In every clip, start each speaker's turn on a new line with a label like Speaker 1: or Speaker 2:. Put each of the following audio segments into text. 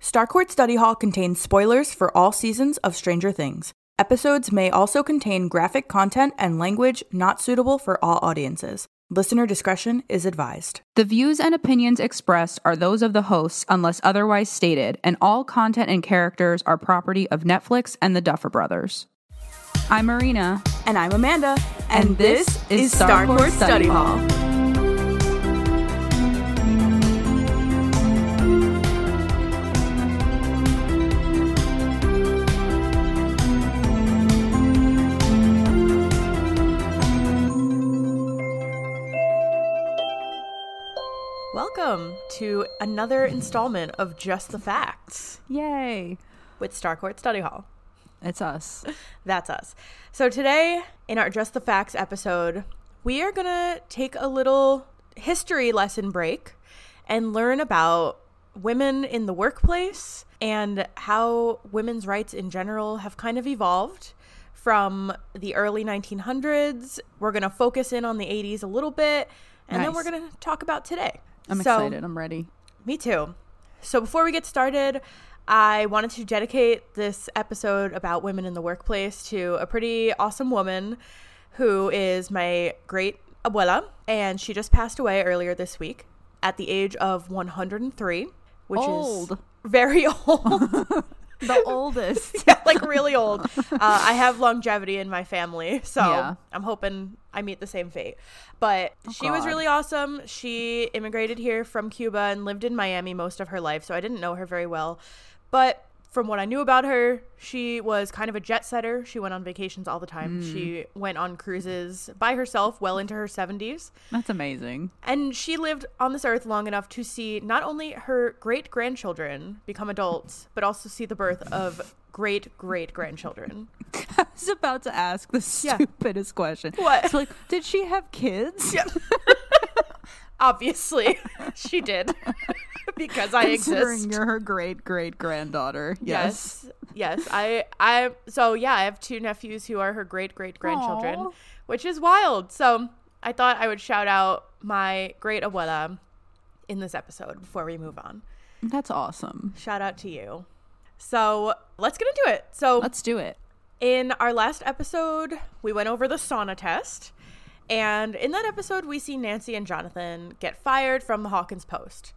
Speaker 1: Starcourt Study Hall contains spoilers for all seasons of Stranger Things. Episodes may also contain graphic content and language not suitable for all audiences. Listener discretion is advised.
Speaker 2: The views and opinions expressed are those of the hosts unless otherwise stated, and all content and characters are property of Netflix and the Duffer Brothers. I'm Marina.
Speaker 1: And I'm Amanda. And, this, is Starcourt Study Hall. Welcome to another installment of Just the Facts
Speaker 2: Yay.
Speaker 1: with Starcourt Study Hall.
Speaker 2: It's us.
Speaker 1: That's us. So today in our Just the Facts episode, we are going to take a little history lesson break and learn about women in the workplace and how women's rights in general have kind of evolved from the early 1900s. We're going to focus in on the 80s a little bit and then
Speaker 2: Nice.
Speaker 1: we're going to talk about today.
Speaker 2: I'm
Speaker 1: So-
Speaker 2: excited. I'm ready.
Speaker 1: me too. So before we get started, I wanted to dedicate this episode about women in the workplace to a pretty awesome woman who is my great abuela, and she just passed away earlier this week at the age of 103, which is
Speaker 2: Old.
Speaker 1: very old.
Speaker 2: The oldest.
Speaker 1: Yeah, like really old. Uh, I have longevity in my family, so
Speaker 2: Yeah. Oh,
Speaker 1: I'm hoping I meet the same fate. But she was
Speaker 2: God.
Speaker 1: really awesome. She immigrated here from Cuba and lived in Miami most of her life, so I didn't know her very well. But from what I knew about her, she was kind of a jet setter. She went on vacations all the time. She
Speaker 2: Hmm.
Speaker 1: went on cruises by herself well into her 70s.
Speaker 2: That's amazing.
Speaker 1: And she lived on this earth long enough to see not only her great grandchildren become adults, but also see the birth of great great grandchildren.
Speaker 2: I was about to ask the
Speaker 1: Yeah.
Speaker 2: stupidest question.
Speaker 1: What?
Speaker 2: It's like, did she have kids?
Speaker 1: Obviously, she did because I
Speaker 2: Considering
Speaker 1: exist.
Speaker 2: you're her great great granddaughter. Yes.
Speaker 1: yes, yes. I, I. So yeah, I have two nephews who are her great great grandchildren,
Speaker 2: Aw.
Speaker 1: which is wild. So I thought I would shout out my great abuela in this episode before we move on.
Speaker 2: That's awesome.
Speaker 1: Shout out to you. So let's get into it. So
Speaker 2: Let's do it.
Speaker 1: In our last episode, we went over the sauna test. And in that episode, we see Nancy and Jonathan get fired from the Hawkins Post.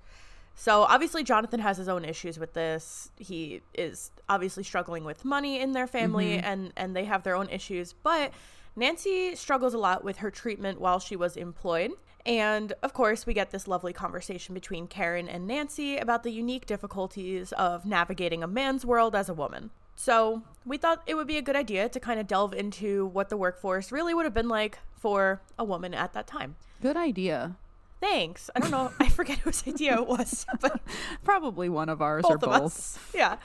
Speaker 1: So obviously, Jonathan has his own issues with this. He is obviously struggling with money in their family, and, and they have their own issues. But Nancy struggles a lot with her treatment while she was employed. And of course, we get this lovely conversation between Karen and Nancy about the unique difficulties of navigating a man's world as a woman. So, we thought it would be a good idea to kind of delve into what the workforce really would have been like for a woman at that time.
Speaker 2: Good idea.
Speaker 1: Thanks. I don't know. I forget whose idea it was, but
Speaker 2: Probably one of ours or
Speaker 1: both of
Speaker 2: both.
Speaker 1: us. Yeah.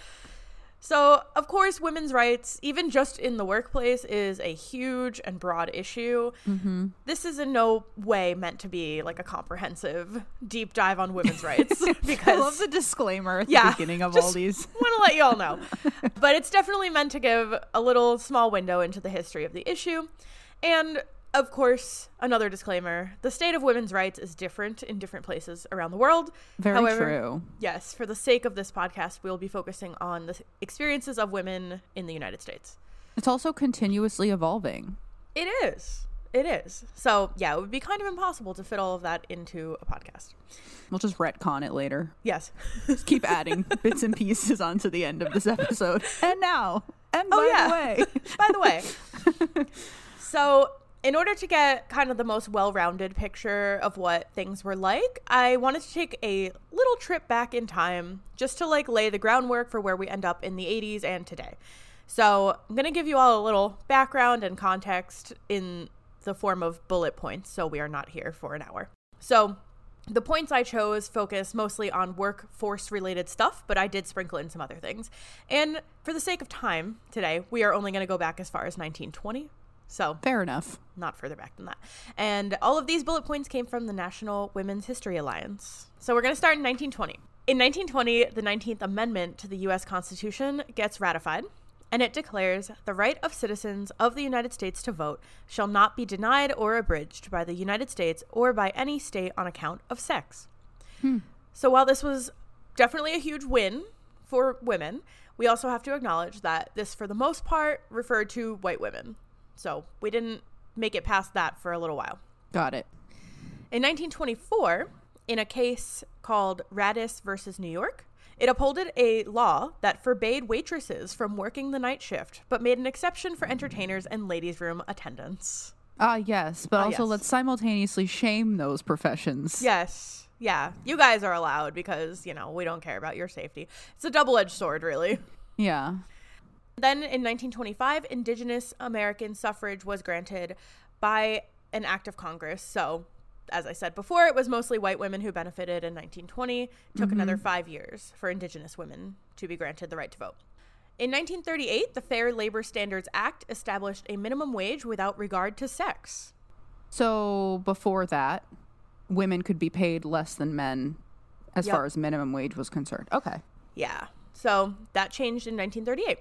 Speaker 1: So, of course, women's rights, even just in the workplace, is a huge and broad issue.
Speaker 2: Mm-hmm.
Speaker 1: This is in no way meant to be like a comprehensive deep dive on women's rights
Speaker 2: I
Speaker 1: because
Speaker 2: love the disclaimer at
Speaker 1: Yeah,
Speaker 2: the beginning of all
Speaker 1: just-
Speaker 2: these.
Speaker 1: want to let you all know. But it's definitely meant to give a little small window into the history of the issue. And of course, another disclaimer the state of women's rights is different in different places around the world.
Speaker 2: Very
Speaker 1: However,
Speaker 2: true.
Speaker 1: Yes, for the sake of this podcast, we'll be focusing on the experiences of women in the United States.
Speaker 2: It's also continuously evolving.
Speaker 1: It is. It is. So, yeah, it would be kind of impossible to fit all of that into a podcast.
Speaker 2: We'll just retcon it later.
Speaker 1: Yes.
Speaker 2: Just keep adding bits and pieces onto the end of this episode. And now, and by
Speaker 1: Oh, yeah.
Speaker 2: the way,
Speaker 1: by the way. so, in order to get kind of the most well rounded picture of what things were like, I wanted to take a little trip back in time just to like lay the groundwork for where we end up in the 80s and today. So, I'm going to give you all a little background and context in the form of bullet points so we are not here for an hour. So, the points I chose focus mostly on workforce related stuff, but I did sprinkle in some other things. And for the sake of time today, we are only going to go back as far as 1920. So,
Speaker 2: fair enough.
Speaker 1: not further back than that. And all of these bullet points came from the National Women's History Alliance. So, we're going to start in 1920. In 1920, the 19th Amendment to the U.S. Constitution gets ratified, and it declares the right of citizens of the United States to vote shall not be denied or abridged by the United States or by any state on account of sex. So while this was definitely a huge win for women, we also have to acknowledge that this, for the most part, referred to white women. So we didn't make it past that for a little while.
Speaker 2: Got it.
Speaker 1: In 1924, in a case called Radis versus New York, it upholded a law that forbade waitresses from working the night shift, but made an exception for entertainers and ladies' room attendants.
Speaker 2: Ah, yes, but
Speaker 1: Ah,
Speaker 2: also
Speaker 1: yes.
Speaker 2: let's simultaneously shame those professions.
Speaker 1: Yes. Yeah. You guys are allowed because, you know, we don't care about your safety. It's a double edged sword, really.
Speaker 2: Yeah.
Speaker 1: Then in 1925, Indigenous American suffrage was granted by an act of Congress. So, as I said before, it was mostly white women who benefited in 1920. It took another five years for Indigenous women to be granted the right to vote. In 1938, the Fair Labor Standards Act established a minimum wage without regard to sex.
Speaker 2: So before that, women could be paid less than men as
Speaker 1: Yep.
Speaker 2: far as minimum wage was concerned. Okay.
Speaker 1: Yeah. So that changed in 1938.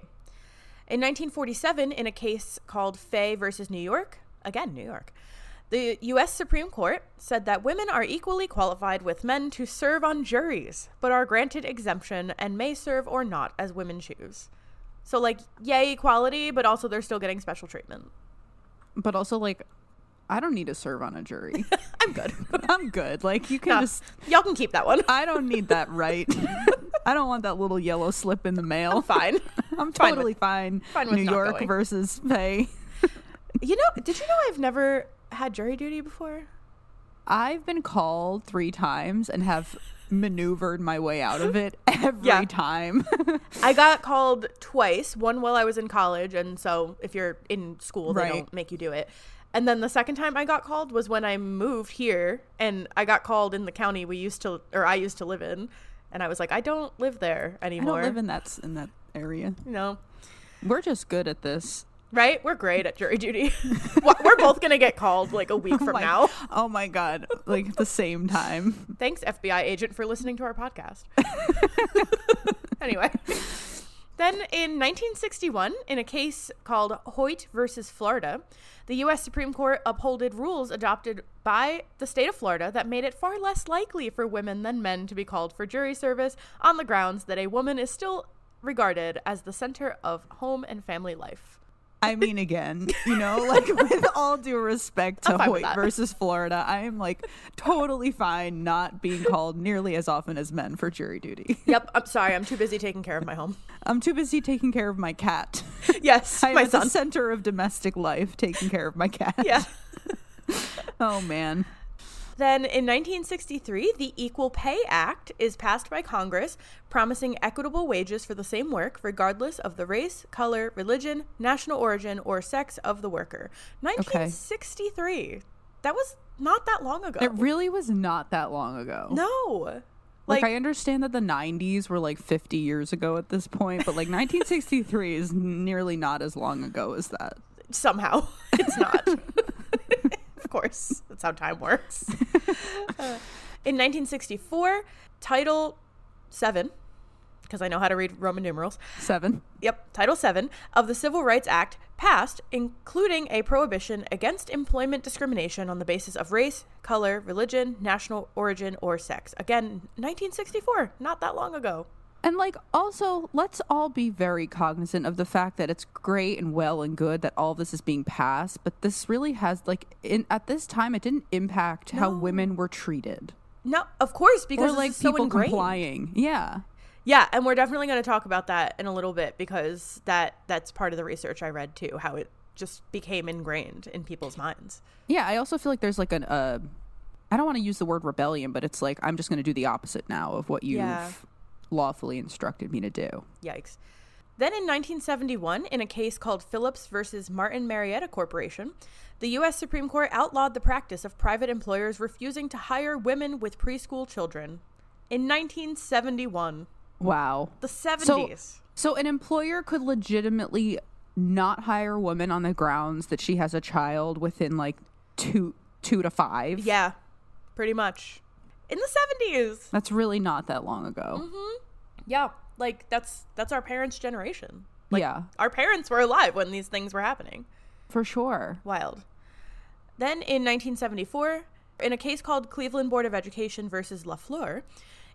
Speaker 1: In 1947, in a case called Fay versus New York, again, New York, the U.S. Supreme Court said that women are equally qualified with men to serve on juries, but are granted exemption and may serve or not as women choose. So, like, yay, equality, but also they're still getting special treatment.
Speaker 2: But also like I don't need to serve on a jury.
Speaker 1: I'm good.
Speaker 2: I'm good. Like you can
Speaker 1: Yeah.
Speaker 2: just
Speaker 1: Y'all can keep that one.
Speaker 2: I don't need that right. I don't want that little yellow slip in the mail.
Speaker 1: Fine.
Speaker 2: I'm
Speaker 1: Fine with-
Speaker 2: totally fine.
Speaker 1: fine with
Speaker 2: New
Speaker 1: not
Speaker 2: York
Speaker 1: going.
Speaker 2: versus Pay.
Speaker 1: You know, did you know I've never had jury duty before?
Speaker 2: I've been called three times and have maneuvered my way out of it every
Speaker 1: Yeah.
Speaker 2: time.
Speaker 1: I got called twice. One while I was in college, and so if you're in school, they
Speaker 2: Right.
Speaker 1: don't make you do it. And then the second time I got called was when I moved here, and I got called in the county we used to, or I used to live in, and I was like, I don't live there
Speaker 2: I
Speaker 1: anymore.
Speaker 2: don't live in that s- in that area.
Speaker 1: you know,
Speaker 2: We're just good at this.
Speaker 1: right? We're great at jury duty. We're- We're both gonna get called like a week
Speaker 2: Oh
Speaker 1: from
Speaker 2: my-
Speaker 1: now.
Speaker 2: Oh my god! Like at the same time.
Speaker 1: Thanks, FBI agent, for listening to our podcast. anyway. Then in 1961, in a case called Hoyt versus Florida, the U.S. Supreme Court upholded rules adopted by the state of Florida that made it far less likely for women than men to be called for jury service on the grounds that a woman is still regarded as the center of home and family life.
Speaker 2: I mean, again, you know, like with all due respect to
Speaker 1: I'm fine with
Speaker 2: Hoyt
Speaker 1: that.
Speaker 2: versus Florida, I am like totally fine not being called nearly as often as men for jury duty.
Speaker 1: Yep, I'm sorry, I'm too busy taking care of my home.
Speaker 2: I'm too busy taking care of my cat.
Speaker 1: Yes,
Speaker 2: I am
Speaker 1: my
Speaker 2: at the
Speaker 1: son.
Speaker 2: center of domestic life, taking care of my cat.
Speaker 1: Yeah.
Speaker 2: Oh man.
Speaker 1: Then in 1963, the Equal Pay Act is passed by Congress, promising equitable wages for the same work, regardless of the race, color, religion, national origin, or sex of the worker. 1963. That was not that long ago.
Speaker 2: It really was not that long ago.
Speaker 1: no.
Speaker 2: Like,
Speaker 1: Like,
Speaker 2: I understand that the 90s were like 50 years ago at this point, but like 1963 is nearly not as long ago as that.
Speaker 1: somehow it's not. of course, that's how time works. Uh, in 1964, Title VII, because I know how to read Roman numerals,
Speaker 2: Seven.
Speaker 1: Yep, Title VII of the Civil Rights Act passed, including a prohibition against employment discrimination on the basis of race, color, religion, national origin, or sex. Again, 1964, not that long ago.
Speaker 2: And like also, let's all be very cognizant of the fact that it's great and well and good that all this is being passed, but this really has like in at this time it didn't impact how women were treated
Speaker 1: No, of course,
Speaker 2: or
Speaker 1: because
Speaker 2: like
Speaker 1: it's so
Speaker 2: people
Speaker 1: ingrained.
Speaker 2: complying. Yeah.
Speaker 1: Yeah, and we're definitely going to talk about that in a little bit because that that's part of the research I read too, how it just became ingrained in people's minds.
Speaker 2: Yeah, I also feel like there's like an uh I don't want to use the word rebellion, but it's like I'm just going to do the opposite now of what you've
Speaker 1: Yeah.
Speaker 2: lawfully instructed me to do.
Speaker 1: Yikes. Then in 1971, in a case called Phillips versus Martin Marietta Corporation, the U.S. Supreme Court outlawed the practice of private employers refusing to hire women with preschool children. In 1971,
Speaker 2: Wow.
Speaker 1: the 70s.
Speaker 2: So an employer could legitimately not hire a woman on the grounds that she has a child within like two two to five.
Speaker 1: yeah, pretty much. In the 70s.
Speaker 2: That's really not that long ago.
Speaker 1: Mm-hmm. Yeah, like that's that's our parents' generation. Like,
Speaker 2: yeah,
Speaker 1: Our parents were alive when these things were happening.
Speaker 2: for sure.
Speaker 1: Wild. Then in 1974, in a case called Cleveland Board of Education versus LaFleur,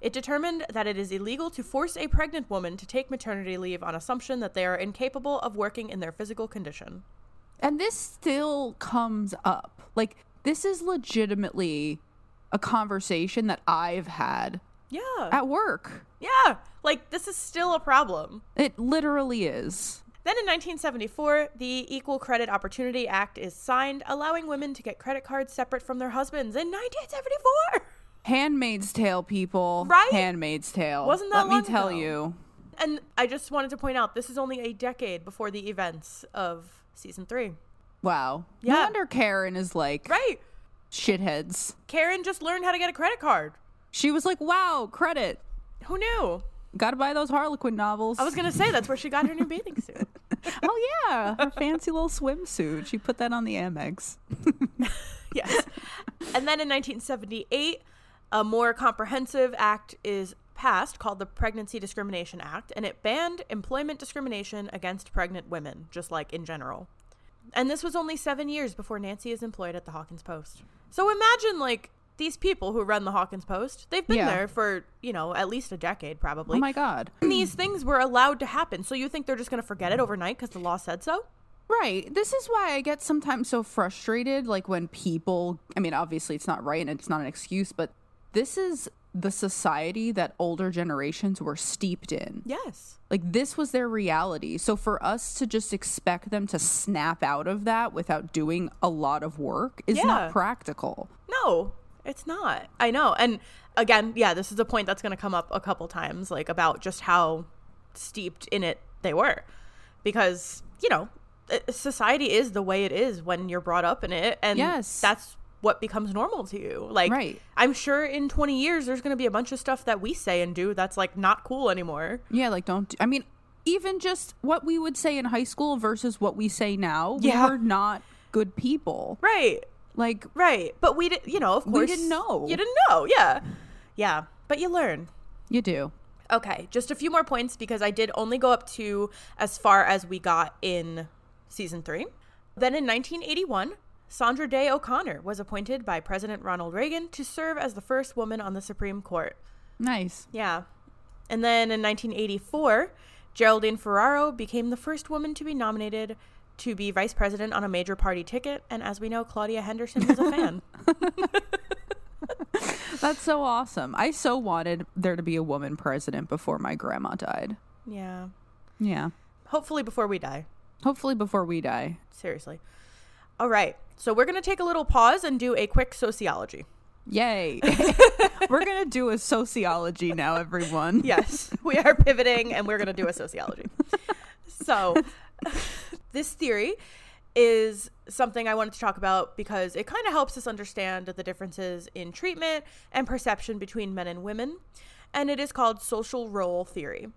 Speaker 1: It determined that it is illegal to force a pregnant woman to take maternity leave on assumption that they are incapable of working in their physical condition.
Speaker 2: And this still comes up. Like, this is legitimately a conversation that I've had
Speaker 1: Yeah.
Speaker 2: at work.
Speaker 1: yeah. Like, this is still a problem.
Speaker 2: It literally is.
Speaker 1: Then in 1974, the Equal Credit Opportunity Act is signed, allowing women to get credit cards separate from their husbands in 1974.
Speaker 2: Handmaid's Tale, people.
Speaker 1: Right?
Speaker 2: Handmaid's Tale.
Speaker 1: Wasn't that
Speaker 2: Let
Speaker 1: long
Speaker 2: me tell
Speaker 1: ago?
Speaker 2: you.
Speaker 1: And I just wanted to point out this is only a decade before the events of season three.
Speaker 2: Wow. No
Speaker 1: Yeah.
Speaker 2: wonder Karen is like
Speaker 1: Right.
Speaker 2: shitheads.
Speaker 1: Karen just learned how to get a credit card.
Speaker 2: She was like, "Wow, credit.
Speaker 1: Who knew?
Speaker 2: Got to buy those Harlequin novels."
Speaker 1: I was going to say that's where she got her new bathing suit.
Speaker 2: oh yeah, her fancy little swimsuit. She put that on the Amex.
Speaker 1: Yes. And then in 1978, a more comprehensive act is passed called the Pregnancy Discrimination Act, and it banned employment discrimination against pregnant women, just like in general. And this was only seven years before Nancy is employed at the Hawkins Post. So imagine, like, these people who run the Hawkins Post, they've been
Speaker 2: Yeah.
Speaker 1: there for, you know, at least a decade probably.
Speaker 2: Oh my god.
Speaker 1: And these things were allowed to happen. So you think they're just going to forget it overnight because the law said so?
Speaker 2: Right. This is why I get sometimes so frustrated like when people, I mean, obviously it's not right and it's not an excuse, but this is the society that older generations were steeped in.
Speaker 1: Yes.
Speaker 2: Like this was their reality. So for us to just expect them to snap out of that without doing a lot of work is
Speaker 1: Yeah.
Speaker 2: not practical.
Speaker 1: No, it's not. I know. And again, yeah, this is a point that's going to come up a couple times, like about just how steeped in it they were. Because, you know, i- society is the way it is when you're brought up in it. And
Speaker 2: Yes.
Speaker 1: that's what becomes normal to you. Like,
Speaker 2: Right.
Speaker 1: I'm sure in 20 years, there's going to be a bunch of stuff that we say and do that's like not cool anymore.
Speaker 2: Yeah, like don't. I mean, even just what we would say in high school versus what we say now,
Speaker 1: Yeah.
Speaker 2: we were not good people.
Speaker 1: Right.
Speaker 2: Like,
Speaker 1: Right. But we didn't, you know, of course.
Speaker 2: didn't know.
Speaker 1: You didn't know. Yeah. Yeah. But you learn.
Speaker 2: you do.
Speaker 1: Okay, just a few more points because I did only go up to as far as we got in season three. Then in 1981, Sandra Day O'Connor was appointed by President Ronald Reagan to serve as the first woman on the Supreme Court.
Speaker 2: Nice.
Speaker 1: Yeah. And then in 1984, Geraldine Ferraro became the first woman to be nominated to be vice president on a major party ticket. And as we know, Claudia Henderson was a fan.
Speaker 2: That's so awesome. I so wanted there to be a woman president before my grandma died.
Speaker 1: Yeah.
Speaker 2: Yeah.
Speaker 1: Hopefully, before we die.
Speaker 2: Hopefully before we die.
Speaker 1: Seriously. All right. So we're going to take a little pause and do a quick sociology.
Speaker 2: Yay. We're going to do a sociology now, everyone.
Speaker 1: Yes, we are pivoting and we're going to do a sociology. So, this theory is something I wanted to talk about because it kind of helps us understand the differences in treatment and perception between men and women. And it is called social role theory.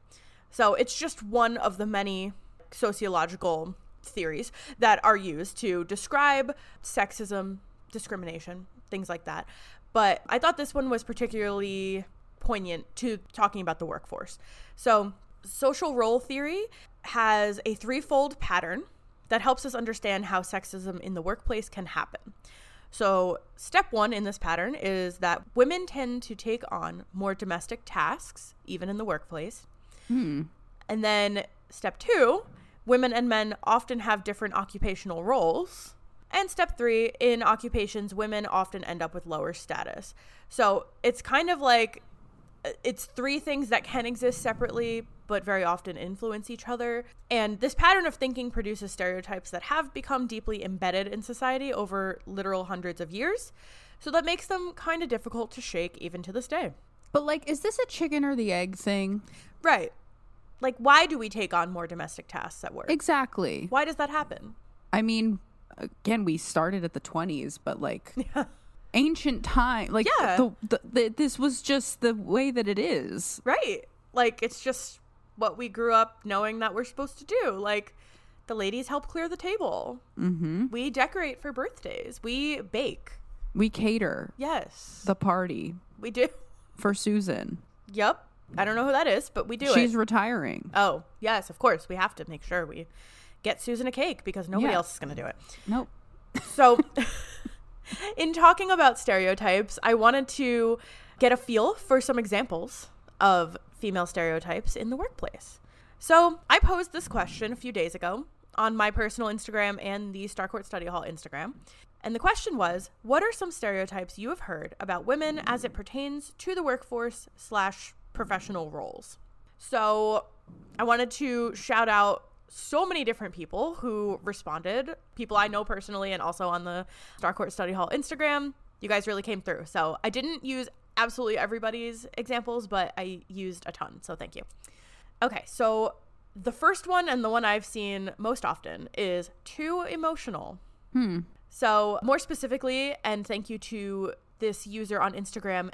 Speaker 1: So, it's just one of the many sociological theories that are used to describe sexism, discrimination, things like that. But I thought this one was particularly poignant to talking about the workforce. So, social role theory has a threefold pattern that helps us understand how sexism in the workplace can happen. So, step one in this pattern is that women tend to take on more domestic tasks, even in the workplace. And then step two, women and men often have different occupational roles. And step three, in occupations, women often end up with lower status. So it's kind of like uh, it's three things that can exist separately, but very often influence each other. And this pattern of thinking produces stereotypes that have become deeply embedded in society over literal hundreds of years. So that makes them kind of difficult to shake even to this day.
Speaker 2: But like is this a chicken or the egg thing?
Speaker 1: Right. Like, why do we take on more domestic tasks at work?
Speaker 2: Exactly.
Speaker 1: Why does that happen?
Speaker 2: I mean, again, we started at the 20s, but like ancient time, like
Speaker 1: Yeah.
Speaker 2: the, the, the, this was just the way that it is.
Speaker 1: Right. Like, it's just what we grew up knowing that we're supposed to do. Like, the ladies help clear the table. Mm-hmm. We decorate for birthdays. We bake.
Speaker 2: We cater
Speaker 1: Yes.
Speaker 2: the party
Speaker 1: we do.
Speaker 2: for Susan.
Speaker 1: Yep. I don't know who that is, but we do
Speaker 2: She's
Speaker 1: it.
Speaker 2: retiring.
Speaker 1: Oh, yes, of course. We have to make sure we get Susan a cake because nobody
Speaker 2: Yeah.
Speaker 1: else is going to do it.
Speaker 2: Nope.
Speaker 1: So, in talking about stereotypes, I wanted to get a feel for some examples of female stereotypes in the workplace. So I posed this question a few days ago on my personal Instagram and the Starcourt Study Hall Instagram. And the question was, what are some stereotypes you have heard about women as it pertains to the workforce slash professional roles? So I wanted to shout out so many different people who responded, people I know personally and also on the Starcourt Study Hall Instagram. You guys really came through. So I didn't use absolutely everybody's examples, but I used a ton. So thank you. Okay, so the first one and the one I've seen most often is too emotional.
Speaker 2: Hmm.
Speaker 1: So, more specifically, and thank you to this user on Instagram,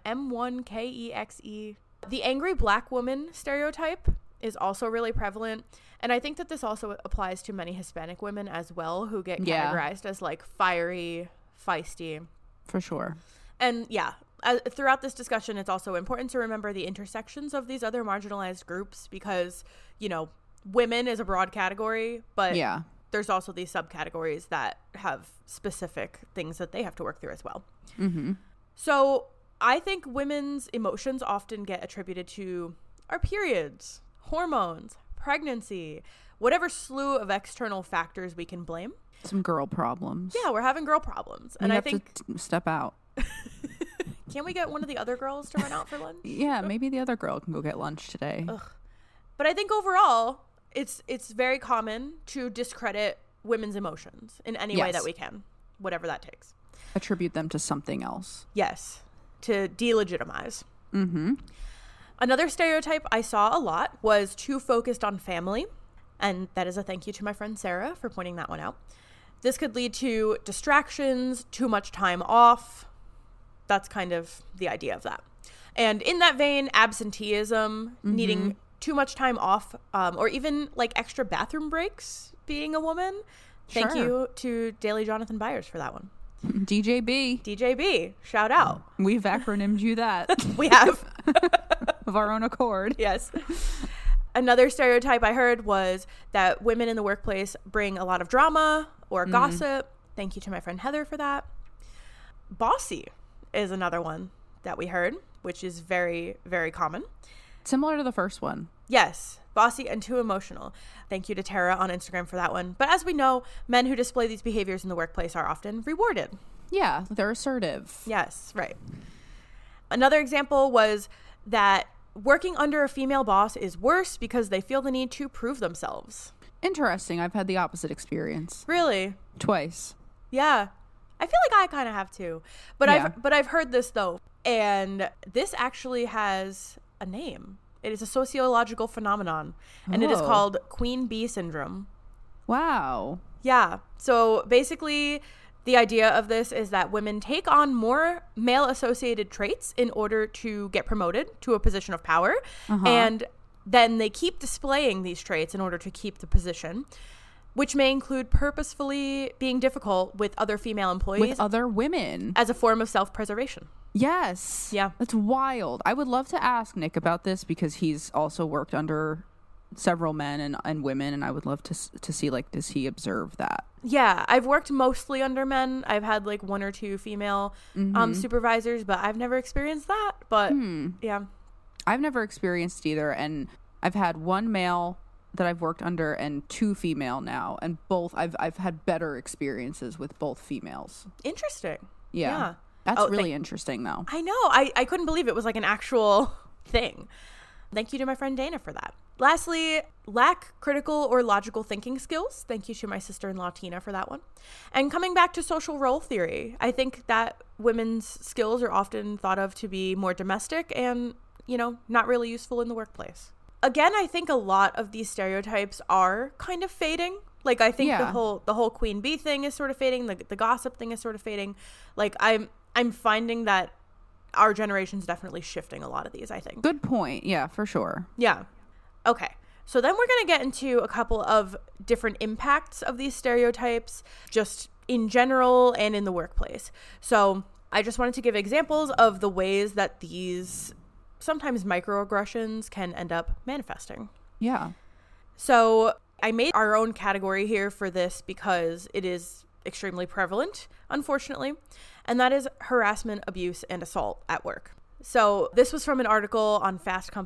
Speaker 1: M1KEXE. E The angry black woman stereotype is also really prevalent. And I think that this also applies to many Hispanic women as well, who get
Speaker 2: Yeah.
Speaker 1: categorized as like fiery, feisty.
Speaker 2: For sure.
Speaker 1: And yeah, uh, throughout this discussion, it's also important to remember the intersections of these other marginalized groups because, you know, women is a broad category, but
Speaker 2: Yeah.
Speaker 1: there's also these subcategories that have specific things that they have to work through as well.
Speaker 2: Mm-hmm.
Speaker 1: So I think women's emotions often get attributed to our periods, hormones, pregnancy, whatever slew of external factors we can blame.
Speaker 2: Some girl problems.
Speaker 1: Yeah, we're having girl problems. And
Speaker 2: you
Speaker 1: I
Speaker 2: have
Speaker 1: think,
Speaker 2: to t- step out.
Speaker 1: can we get one of the other girls to run out for lunch?
Speaker 2: Yeah, maybe the other girl can go get lunch today.
Speaker 1: But I think overall, it's it's very common to discredit women's emotions in any way
Speaker 2: Yes.
Speaker 1: that we can, whatever that takes.
Speaker 2: Attribute them to something else.
Speaker 1: Yes, to delegitimize.
Speaker 2: Mm-hmm.
Speaker 1: Another stereotype I saw a lot was too focused on family, and that is a thank you to my friend Sarah for pointing that one out. This could lead to distractions, too much time off. That's kind of the idea of that. And in that vein, absenteeism,
Speaker 2: Mm-hmm.
Speaker 1: needing too much time off, um, or even like extra bathroom breaks, being a woman. Thank
Speaker 2: Sure.
Speaker 1: you to Daily Jonathan Byers for that one.
Speaker 2: DJB.
Speaker 1: DJB, shout out.
Speaker 2: We've acronymed you that
Speaker 1: We have.
Speaker 2: of our own accord.
Speaker 1: yes. Another stereotype I heard was that women in the workplace bring a lot of drama or gossip. Thank you to my friend Heather for that. Bossy is another one that we heard, which is very, very common.
Speaker 2: Similar to the first one.
Speaker 1: Yes, bossy and too emotional. Thank you to Tara on Instagram for that one. But as we know, men who display these behaviors in the workplace are often rewarded.
Speaker 2: Yeah, they're assertive.
Speaker 1: Yes, right. Another example was that working under a female boss is worse because they feel the need to prove themselves.
Speaker 2: Interesting. I've had the opposite experience
Speaker 1: Really?
Speaker 2: twice.
Speaker 1: Yeah. I feel like I kind of have to. But
Speaker 2: Yeah.
Speaker 1: I've but I've heard this though. And this actually has a name. It is a sociological phenomenon and it is
Speaker 2: Oh.
Speaker 1: called queen bee syndrome.
Speaker 2: Wow.
Speaker 1: Yeah. So basically, the idea of this is that women take on more male associated traits in order to get promoted to a position of power.
Speaker 2: Uh-huh.
Speaker 1: And then they keep displaying these traits in order to keep the position, which may include purposefully being difficult with other female employees
Speaker 2: With other women.
Speaker 1: as a form of self preservation.
Speaker 2: Yes.
Speaker 1: Yeah.
Speaker 2: That's wild. I would love to ask Nick about this because he's also worked under several men and, and women, and I would love to s- to see like does he observe that?
Speaker 1: Yeah, I've worked mostly under men. I've had like one or two female
Speaker 2: Mm-hmm.
Speaker 1: um, supervisors, but I've never experienced that. But
Speaker 2: Hmm.
Speaker 1: yeah.
Speaker 2: I've never experienced either, and I've had one male that I've worked under and two female now, and both I've I've had better experiences with both females.
Speaker 1: Interesting.
Speaker 2: Yeah.
Speaker 1: Yeah.
Speaker 2: That's
Speaker 1: Oh,
Speaker 2: really
Speaker 1: thank-
Speaker 2: interesting though.
Speaker 1: I know. I, I couldn't believe it was like an actual thing. Thank you to my friend Dana for that. Lastly, lack critical or logical thinking skills. Thank you to my sister in law Tina for that one. And coming back to social role theory, I think that women's skills are often thought of to be more domestic and, you know, not really useful in the workplace. Again, I think a lot of these stereotypes are kind of fading. Like I think the whole
Speaker 2: Yeah.
Speaker 1: whole- the whole queen bee thing is sort of fading the, the gossip thing is sort of fading like i'm i'm finding that our generation's definitely shifting a lot of these i think
Speaker 2: Good point. Yeah, for sure.
Speaker 1: yeah okay so then we're going to get into a couple of different impacts of these stereotypes just in general and in the workplace so i just wanted to give examples of the ways that these sometimes microaggressions can end up manifesting
Speaker 2: Yeah.
Speaker 1: so I made our own category here for this because it is extremely prevalent, unfortunately, and that is harassment, abuse, and assault at work. So, this was from an article on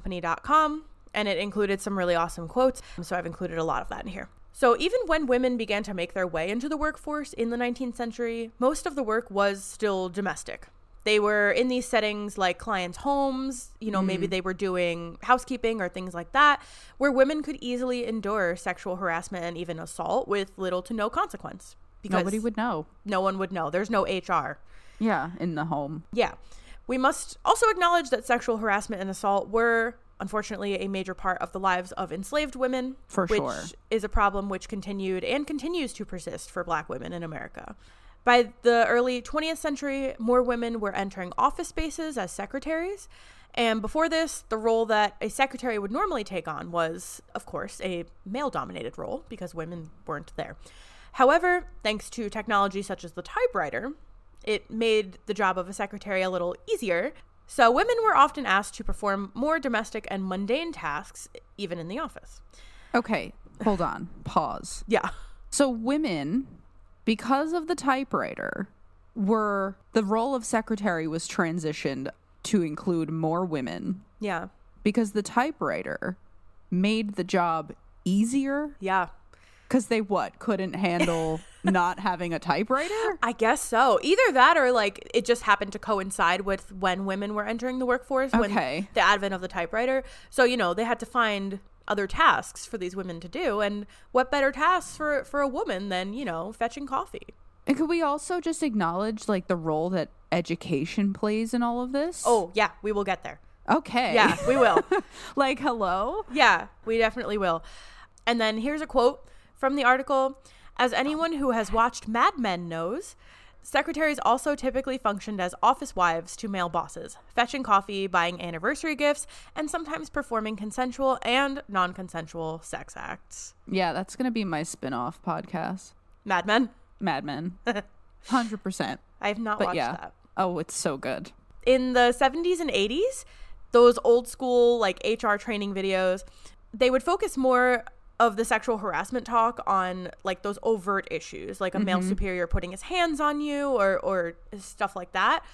Speaker 1: fastcompany.com, and it included some really awesome quotes. So, I've included a lot of that in here. So, even when women began to make their way into the workforce in the 19th century, most of the work was still domestic. They were in these settings like clients' homes, you know,
Speaker 2: Mm.
Speaker 1: maybe they were doing housekeeping or things like that, where women could easily endure sexual harassment and even assault with little to no consequence. Because
Speaker 2: Nobody would know.
Speaker 1: no one would know. There's no HR.
Speaker 2: Yeah, in the home.
Speaker 1: Yeah. We must also acknowledge that sexual harassment and assault were, unfortunately, a major part of the lives of enslaved women.
Speaker 2: For
Speaker 1: which
Speaker 2: sure.
Speaker 1: is a problem which continued and continues to persist for black women in America. By the early 20th century, more women were entering office spaces as secretaries. And before this, the role that a secretary would normally take on was, of course, a male dominated role because women weren't there. However, thanks to technology such as the typewriter, it made the job of a secretary a little easier. So women were often asked to perform more domestic and mundane tasks, even in the office.
Speaker 2: Okay, hold on. Pause.
Speaker 1: Yeah.
Speaker 2: So women, because of the typewriter, were the role of secretary was transitioned to include more women
Speaker 1: Yeah.
Speaker 2: because the typewriter made the job easier
Speaker 1: Yeah.
Speaker 2: because they what couldn't handle not having a typewriter
Speaker 1: I guess so. Either that or like it just happened to coincide with when women were entering the workforce when
Speaker 2: Okay.
Speaker 1: the advent of the typewriter. So, you know, they had to find other tasks for these women to do and what better tasks for for a woman than, you know, fetching coffee.
Speaker 2: and could we also just acknowledge like the role that education plays in all of this
Speaker 1: Oh, yeah, we will get there.
Speaker 2: okay
Speaker 1: Yeah, we will.
Speaker 2: like hello
Speaker 1: Yeah, we definitely will. And then here's a quote from the article As anyone who has watched Mad Men knows, secretaries also typically functioned as office wives to male bosses, fetching coffee, buying anniversary gifts, and sometimes performing consensual and non consensual sex acts.
Speaker 2: yeah that's gonna be my spin-off podcast
Speaker 1: Mad Men?
Speaker 2: mad men 100%
Speaker 1: I have not
Speaker 2: but
Speaker 1: watched
Speaker 2: yeah
Speaker 1: that.
Speaker 2: oh it's so good
Speaker 1: in the 70s and 80s, those old school like HR training videos, they would focus more of the sexual harassment talk on like those overt issues, like a male superior putting his hands on you or or stuff like that.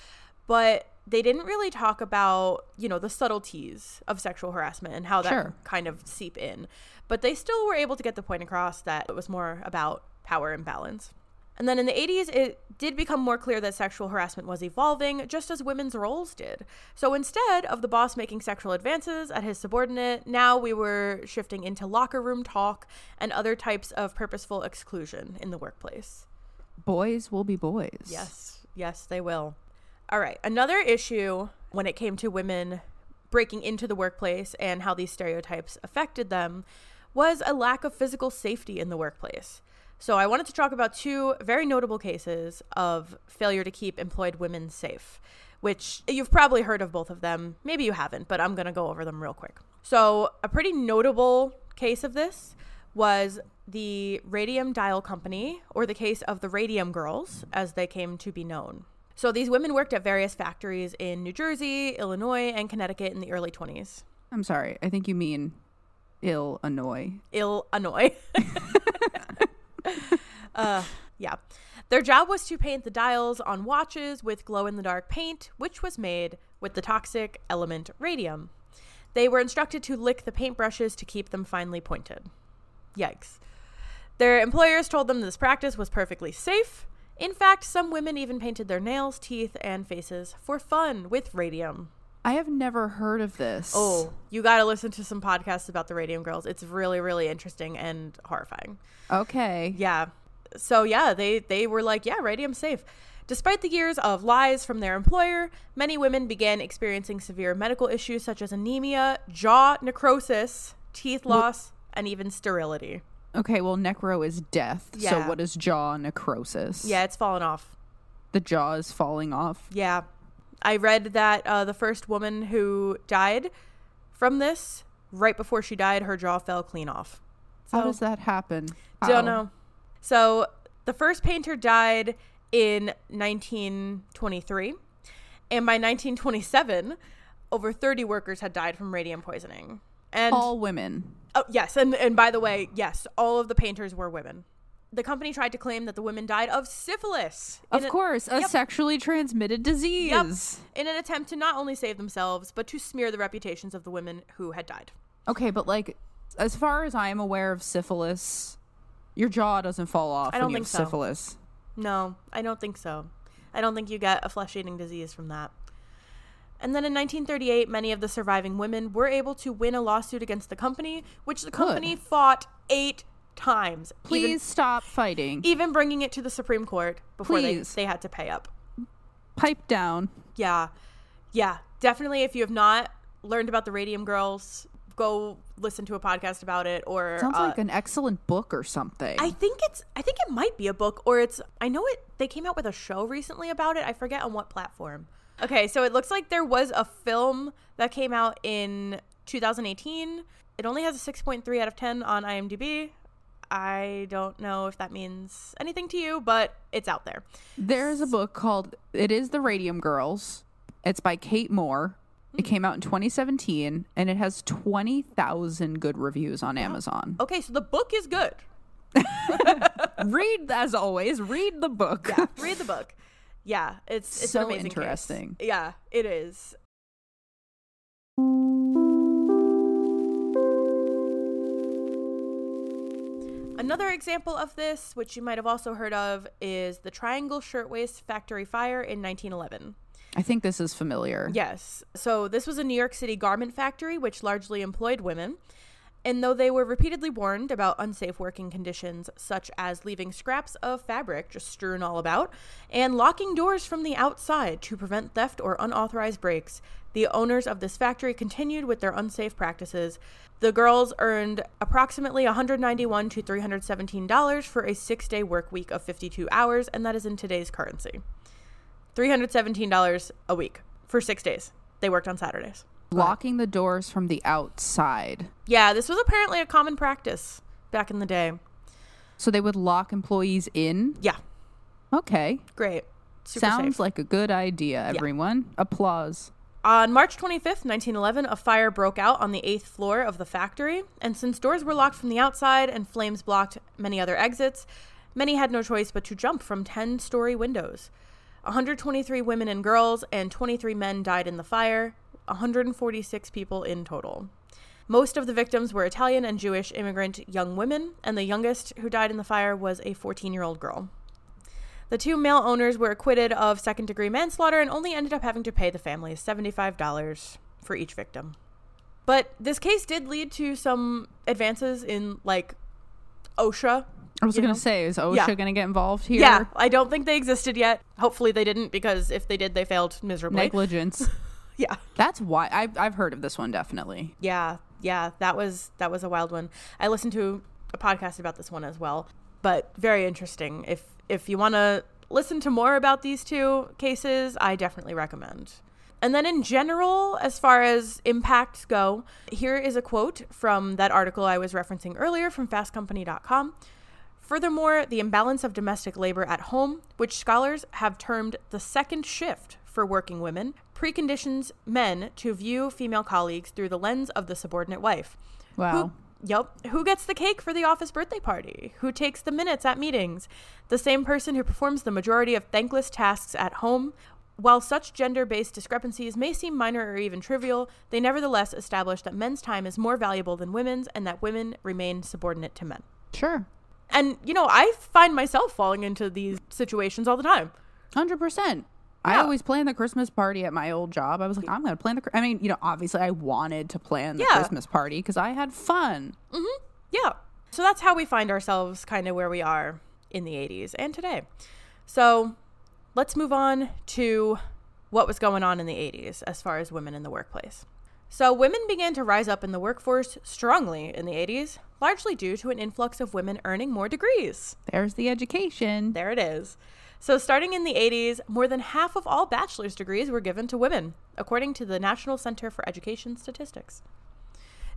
Speaker 1: But they didn't really talk about, you know, the subtleties of sexual harassment and how that
Speaker 2: Sure.
Speaker 1: kind of seep in. But they still were able to get the point across that it was more about power imbalance. And then in the 80s, it did become more clear that sexual harassment was evolving, just as women's roles did. So instead of the boss making sexual advances at his subordinate, now we were shifting into locker room talk and other types of purposeful exclusion in the workplace.
Speaker 2: boys will be boys
Speaker 1: Yes, yes, they will. All right. Another issue when it came to women breaking into the workplace and how these stereotypes affected them was a lack of physical safety in the workplace. So I wanted to talk about two very notable cases of failure to keep employed women safe, which you've probably heard of both of them. Maybe you haven't, but I'm going to go over them real quick. So, a pretty notable case of this was the Radium Dial Company, or the case of the Radium Girls, as they came to be known. So these women worked at various factories in New Jersey, Illinois, and Connecticut in the early 20s.
Speaker 2: i'm sorry i think you mean ill annoy
Speaker 1: Illinois. uh, yeah. Their job was to paint the dials on watches with glow in the dark paint, which was made with the toxic element radium. They were instructed to lick the paintbrushes to keep them finely pointed. Yikes. Their employers told them this practice was perfectly safe. In fact, some women even painted their nails, teeth, and faces for fun with radium.
Speaker 2: I have never heard of this.
Speaker 1: Oh, you got to listen to some podcasts about the Radium Girls. It's really, really interesting and horrifying.
Speaker 2: okay.
Speaker 1: Yeah. So yeah, they they were like, yeah, radium safe. Despite the years of lies from their employer, many women began experiencing severe medical issues such as anemia, jaw necrosis, teeth loss, and even sterility.
Speaker 2: Okay. Well, necro is death.
Speaker 1: Yeah.
Speaker 2: So what is jaw necrosis?
Speaker 1: Yeah, it's fallen off.
Speaker 2: The jaw is falling off.
Speaker 1: Yeah. I read that uh, the first woman who died from this, right before she died, her jaw fell clean off.
Speaker 2: How
Speaker 1: So-
Speaker 2: does that happen? How?
Speaker 1: Don't know. So the first painter died in 1923, and by 1927, over 30 workers had died from radium poisoning. And
Speaker 2: All women.
Speaker 1: oh yes, and and by the way, yes, all of the painters were women. the company tried to claim that the women died of syphilis. in
Speaker 2: Of
Speaker 1: an-
Speaker 2: course, a
Speaker 1: Yep.
Speaker 2: sexually transmitted disease.
Speaker 1: Yep. In an attempt to not only save themselves, but to smear the reputations of the women who had died.
Speaker 2: Okay, but like, as far as I am aware of syphilis, your jaw doesn't fall off
Speaker 1: I don't
Speaker 2: when you
Speaker 1: think
Speaker 2: have
Speaker 1: so.
Speaker 2: syphilis.
Speaker 1: No, I don't think so. I don't think you get a flesh eating disease from that. And then in 1938, many of the surviving women were able to win a lawsuit against the company, which the company fought eight times. even-
Speaker 2: Please stop fighting.
Speaker 1: Even, bringing it to the Supreme Court before they,
Speaker 2: Please.
Speaker 1: they had to pay up.
Speaker 2: Pipe down.
Speaker 1: Yeah. Yeah. Definitely, if you have not learned about the Radium Girls, go listen to a podcast about it or.
Speaker 2: Sounds
Speaker 1: uh,
Speaker 2: like an excellent book or something.
Speaker 1: I think it's I think it might be a book or it's I know it they came out with a show recently about it. I forget on what platform. Okay, so it looks like there was a film that came out in 2018. It only has a 6.3 out of 10 on IMDb. I don't know if that means anything to you, but it's out there.
Speaker 2: There's a book called It Is the Radium Girls. It's by Kate Moore. It came out in 2017 and it has 20,000 good reviews on Amazon.
Speaker 1: Okay, so the book is good.
Speaker 2: Read, as always, read the book.
Speaker 1: Read the book. Yeah, it's it's
Speaker 2: So
Speaker 1: an amazing case.
Speaker 2: interesting.
Speaker 1: Yeah, it is. Another example of this, which you might have also heard of, is the Triangle Shirtwaist Factory fire in 1911.
Speaker 2: I think this is familiar.
Speaker 1: Yes. So this was a New York City garment factory which largely employed women. And though they were repeatedly warned about unsafe working conditions, such as leaving scraps of fabric just strewn all about and locking doors from the outside to prevent theft or unauthorized breaks, the owners of this factory continued with their unsafe practices. The girls earned approximately $191 to $317 for a six day work week of 52 hours, and that is in today's currency. $317 a week for six days. They worked on Saturdays.
Speaker 2: Locking the doors from the outside.
Speaker 1: Yeah, this was apparently a common practice back in the day.
Speaker 2: So they would lock employees in.
Speaker 1: Yeah,
Speaker 2: Okay.
Speaker 1: great. Super
Speaker 2: Sounds
Speaker 1: safe.
Speaker 2: like a good idea, everyone. Applause.
Speaker 1: On March 25th, 1911, a fire broke out on the eighth floor of the factory, and since doors were locked from the outside and flames blocked many other exits, many had no choice but to jump from 10 story windows. 123 women and girls and 23 men died in the fire, 146 people in total. Most of the victims were Italian and Jewish immigrant young women, and the youngest who died in the fire was a 14 year old girl. The two male owners were acquitted of second degree manslaughter and only ended up having to pay the families $75 for each victim. But this case did lead to some advances in, like, OSHA.
Speaker 2: I was
Speaker 1: you
Speaker 2: going
Speaker 1: know?
Speaker 2: to say, is OSHA
Speaker 1: Yeah.
Speaker 2: going to get involved here?
Speaker 1: Yeah, I don't think they existed yet. Hopefully they didn't, because if they did, they failed miserably.
Speaker 2: Negligence.
Speaker 1: yeah.
Speaker 2: That's why I've, I've heard of this one definitely.
Speaker 1: Yeah, yeah, that was that was a wild one. I listened to a podcast about this one as well, but very interesting. If if you want to listen to more about these two cases, I definitely recommend. And then in general, as far as impacts go, here is a quote from that article I was referencing earlier from fastcompany.com. Furthermore, the imbalance of domestic labor at home, which scholars have termed the second shift for working women, preconditions men to view female colleagues through the lens of the subordinate wife.
Speaker 2: Wow.
Speaker 1: Who, yep. Who gets the cake for the office birthday party? Who takes the minutes at meetings? The same person who performs the majority of thankless tasks at home. While such gender based discrepancies may seem minor or even trivial, they nevertheless establish that men's time is more valuable than women's and that women remain subordinate to men.
Speaker 2: Sure.
Speaker 1: And you know, I find myself falling into these situations all the time.
Speaker 2: Hundred percent. I
Speaker 1: Yeah.
Speaker 2: always plan the Christmas party at my old job. I was like, I'm gonna plan the. Chr- I mean, you know, obviously, I wanted to plan the
Speaker 1: Yeah.
Speaker 2: Christmas party because I had fun.
Speaker 1: Yeah. So that's how we find ourselves kind of where we are in the 80s and today. So let's move on to what was going on in the 80s as far as women in the workplace. So women began to rise up in the workforce strongly in the 80s, largely due to an influx of women earning more degrees.
Speaker 2: There's the education.
Speaker 1: There it is. So, starting in the 80s, more than half of all bachelor's degrees were given to women, according to the National Center for Education Statistics.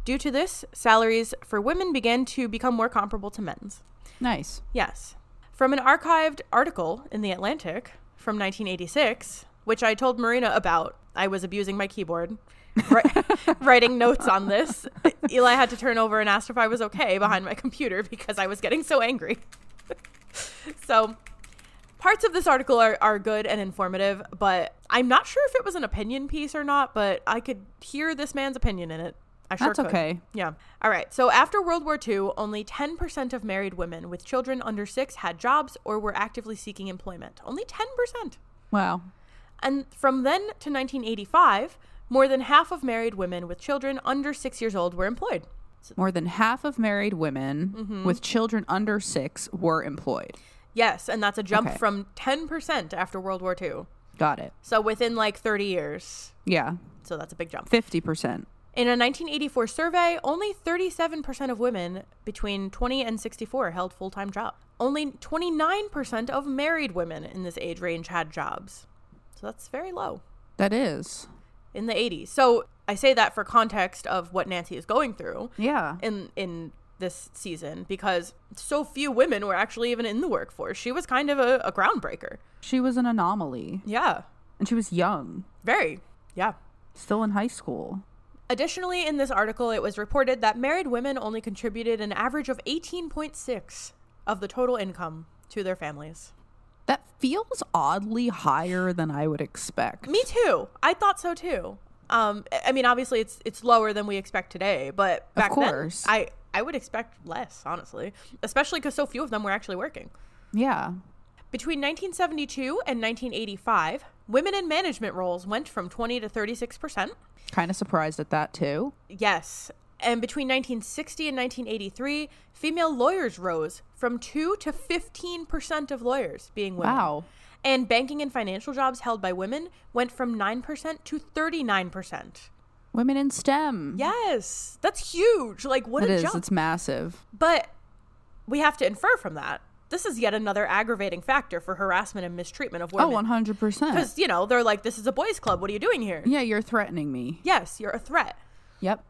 Speaker 1: Due to this, salaries for women began to become more comparable to men's.
Speaker 2: Nice.
Speaker 1: Yes. From an archived article in The Atlantic from 1986, which I told Marina about, I was abusing my keyboard, ri- writing notes on this. Eli had to turn over and asked if I was okay behind my computer because I was getting so angry. So parts of this article are, are good and informative, but I'm not sure if it was an opinion piece or not, but I could hear this man's opinion in it. I sure
Speaker 2: That's
Speaker 1: could.
Speaker 2: okay.
Speaker 1: Yeah. All right. So after World War II, only 10% of married women with children under six had jobs or were actively seeking employment. Only 10%.
Speaker 2: Wow.
Speaker 1: And from then to 1985, more than half of married women with children under six years old were employed.
Speaker 2: More than half of married women
Speaker 1: Mm-hmm.
Speaker 2: with children under six were employed.
Speaker 1: Yes, and that's a jump
Speaker 2: Okay.
Speaker 1: from 10% after World War II.
Speaker 2: Got it.
Speaker 1: So within like 30 years.
Speaker 2: Yeah.
Speaker 1: So that's a big jump.
Speaker 2: 50%.
Speaker 1: In a 1984 survey, only 37% of women between 20 and 64 held full time jobs. Only 29% of married women in this age range had jobs. So that's very low
Speaker 2: That is.
Speaker 1: in the 80s. So I say that for context of what Nancy is going through
Speaker 2: Yeah.
Speaker 1: in, in this season because so few women were actually even in the workforce. She was kind of a, a groundbreaker.
Speaker 2: She was an anomaly
Speaker 1: Yeah,
Speaker 2: and she was young,
Speaker 1: very. Yeah.
Speaker 2: still in high school.
Speaker 1: Additionally, in this article, it was reported that married women only contributed an average of 18.6 of the total income to their families.
Speaker 2: That feels oddly higher than I would expect.
Speaker 1: Me too. I thought so too. Um, I- I mean, obviously, it's it's lower than we expect today, but back
Speaker 2: course.
Speaker 1: then, I I would expect less, honestly, especially because so few of them were actually working.
Speaker 2: Yeah.
Speaker 1: Between 1972 and 1985, women in management roles went from 20 to 36 percent.
Speaker 2: Kind of surprised at that too.
Speaker 1: Yes. And between 1960 and 1983, female lawyers rose from 2 to 15% of lawyers being women.
Speaker 2: Wow.
Speaker 1: And banking and financial jobs held by women went from 9% to 39%.
Speaker 2: Women in STEM.
Speaker 1: Yes. That's huge. Like, what
Speaker 2: It
Speaker 1: a
Speaker 2: is.
Speaker 1: jump.
Speaker 2: It's massive.
Speaker 1: But we have to infer from that. This is yet another aggravating factor for harassment and mistreatment of
Speaker 2: Oh,
Speaker 1: women.
Speaker 2: 100%.
Speaker 1: Because, you know, they're like, this is a boys' club. What are you doing here?
Speaker 2: Yeah, you're threatening me.
Speaker 1: Yes, you're a threat.
Speaker 2: Yep.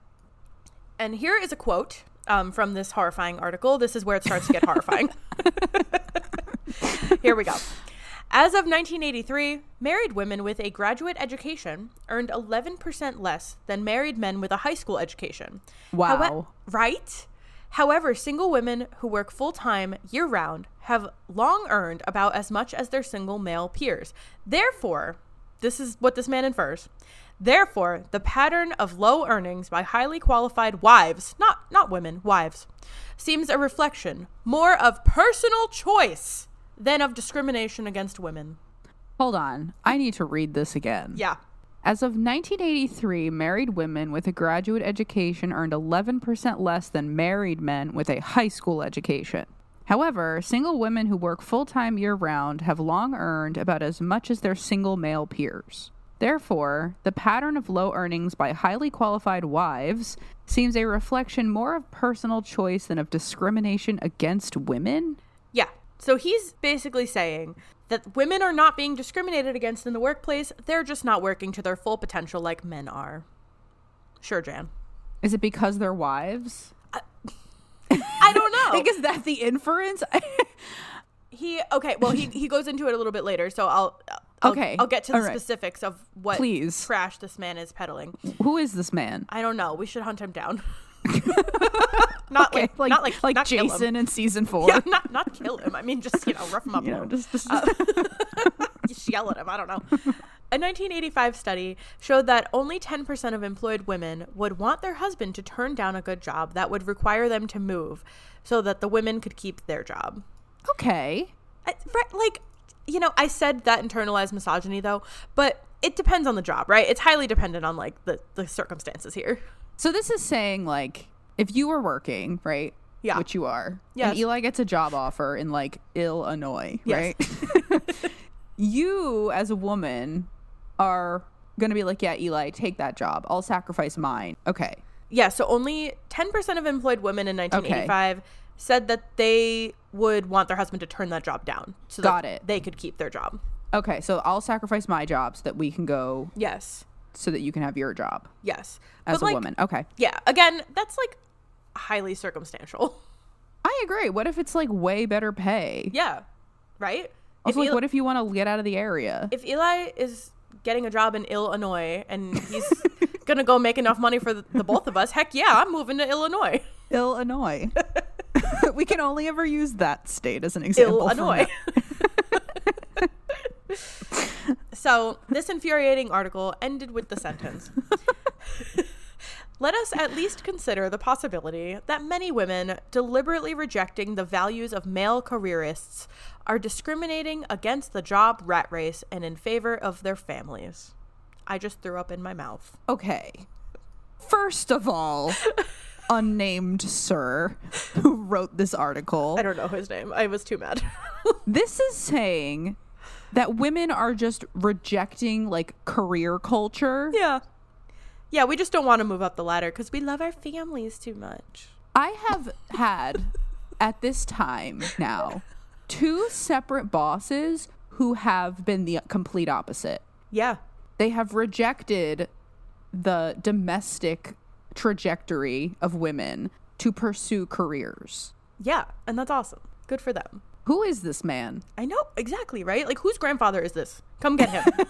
Speaker 1: And here is a quote um, from this horrifying article. This is where it starts to get horrifying. here we go. As of 1983, married women with a graduate education earned 11% less than married men with a high school education.
Speaker 2: Wow.
Speaker 1: right? However, single women who work full time year round have long earned about as much as their single male peers. Therefore, this is what this man infers. Therefore, the pattern of low earnings by highly qualified wives, not not women, wives, seems a reflection more of personal choice than of discrimination against women.
Speaker 2: Hold on. I need to read this again.
Speaker 1: Yeah.
Speaker 2: As of 1983, married women with a graduate education earned 11% less than married men with a high school education. However, single women who work full time year round have long earned about as much as their single male peers. Therefore, the pattern of low earnings by highly qualified wives seems a reflection more of personal choice than of discrimination against women?
Speaker 1: Yeah. So he's basically saying that women are not being discriminated against in the workplace. They're just not working to their full potential like men are. Sure, Jan.
Speaker 2: Is it because they're wives?
Speaker 1: I don't know.
Speaker 2: Like, is that the inference?
Speaker 1: he okay. Well, he he goes into it a little bit later, so I'll. I'll
Speaker 2: Okay.
Speaker 1: I'll get to the
Speaker 2: All right.
Speaker 1: specifics of what
Speaker 2: Please.
Speaker 1: trash this man is peddling.
Speaker 2: Who is this man?
Speaker 1: I don't know. We should hunt him down. not
Speaker 2: Okay,
Speaker 1: like, not like not kill him.
Speaker 2: Jason in season four.
Speaker 1: Yeah, not not kill him. I mean, just you know, rough him up.
Speaker 2: You
Speaker 1: a
Speaker 2: know,
Speaker 1: little.
Speaker 2: just, just-
Speaker 1: just yell at him. I don't know. A 1985 study showed that only 10% of employed women would want their husband to turn down a good job that would require them to move so that the women could keep their job.
Speaker 2: okay.
Speaker 1: I, right, like, you know, I said that internalized misogyny though, but it depends on the job, right? It's highly dependent on like the, the circumstances here.
Speaker 2: So this is saying like if you were working, right?
Speaker 1: Yeah.
Speaker 2: Which you are.
Speaker 1: Yes.
Speaker 2: And Eli gets a job offer in like Illinois,
Speaker 1: Yes.
Speaker 2: right? you as a woman are gonna be like, yeah, Eli, take that job. I'll sacrifice mine. Okay.
Speaker 1: Yeah, so only 10% of employed women in 1985 said that they would want their husband to turn that job down so
Speaker 2: Got
Speaker 1: that
Speaker 2: it.
Speaker 1: they could keep their job.
Speaker 2: Okay. So I'll sacrifice my job so that we can go,
Speaker 1: Yes.
Speaker 2: so that you can have your job
Speaker 1: Yes.
Speaker 2: as
Speaker 1: but like,
Speaker 2: a woman. Okay.
Speaker 1: Yeah. Again, that's like highly circumstantial.
Speaker 2: I agree. What if it's like way better pay?
Speaker 1: Yeah. Right?
Speaker 2: Also,
Speaker 1: if,
Speaker 2: like,
Speaker 1: Eli-
Speaker 2: what if you want to get out of the area?
Speaker 1: if Eli is getting a job in Illinois and he's going to go make enough money for the, the both of us, heck yeah, I'm moving to Illinois.
Speaker 2: Illinois. we can only ever use that state as an example. for
Speaker 1: Illinois. so, this infuriating article ended with the sentence Let us at least consider the possibility that many women deliberately rejecting the values of male careerists are discriminating against the job rat race and in favor of their families. I just threw up in my mouth.
Speaker 2: Okay. First of all, unnamed sir who wrote this article.
Speaker 1: I don't know his name. I was too mad.
Speaker 2: This is saying that women are just rejecting like career culture.
Speaker 1: yeah. Yeah, we just don't want to move up the ladder because we love our families too much.
Speaker 2: I have had at this time now two separate bosses who have been the complete opposite.
Speaker 1: Yeah.
Speaker 2: They have rejected the domestic trajectory of women to pursue careers.
Speaker 1: Yeah. And that's awesome. Good for them.
Speaker 2: Who is this man?
Speaker 1: I know exactly, right? Like, whose grandfather is this? Come get him.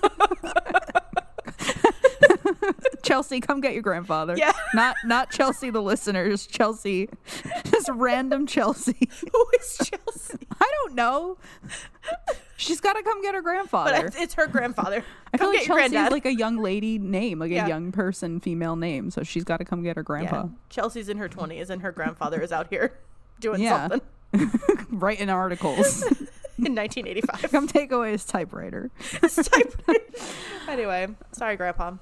Speaker 2: Chelsea, come get your grandfather.
Speaker 1: Yeah.
Speaker 2: Not not Chelsea the listener, just Chelsea. Just random Chelsea.
Speaker 1: Who is Chelsea?
Speaker 2: I don't know. She's got to come get her grandfather.
Speaker 1: But it's, it's her grandfather.
Speaker 2: I
Speaker 1: Come
Speaker 2: feel like
Speaker 1: get your
Speaker 2: Chelsea is
Speaker 1: granddad.
Speaker 2: like a young lady name, like
Speaker 1: Yeah.
Speaker 2: a young person female name. So she's got to come get her grandpa.
Speaker 1: yeah. Chelsea's in her 20s and her grandfather is out here doing
Speaker 2: Yeah.
Speaker 1: something
Speaker 2: Writing articles.
Speaker 1: in 1985.
Speaker 2: come take away his typewriter.
Speaker 1: This type- anyway, sorry, Grandpa.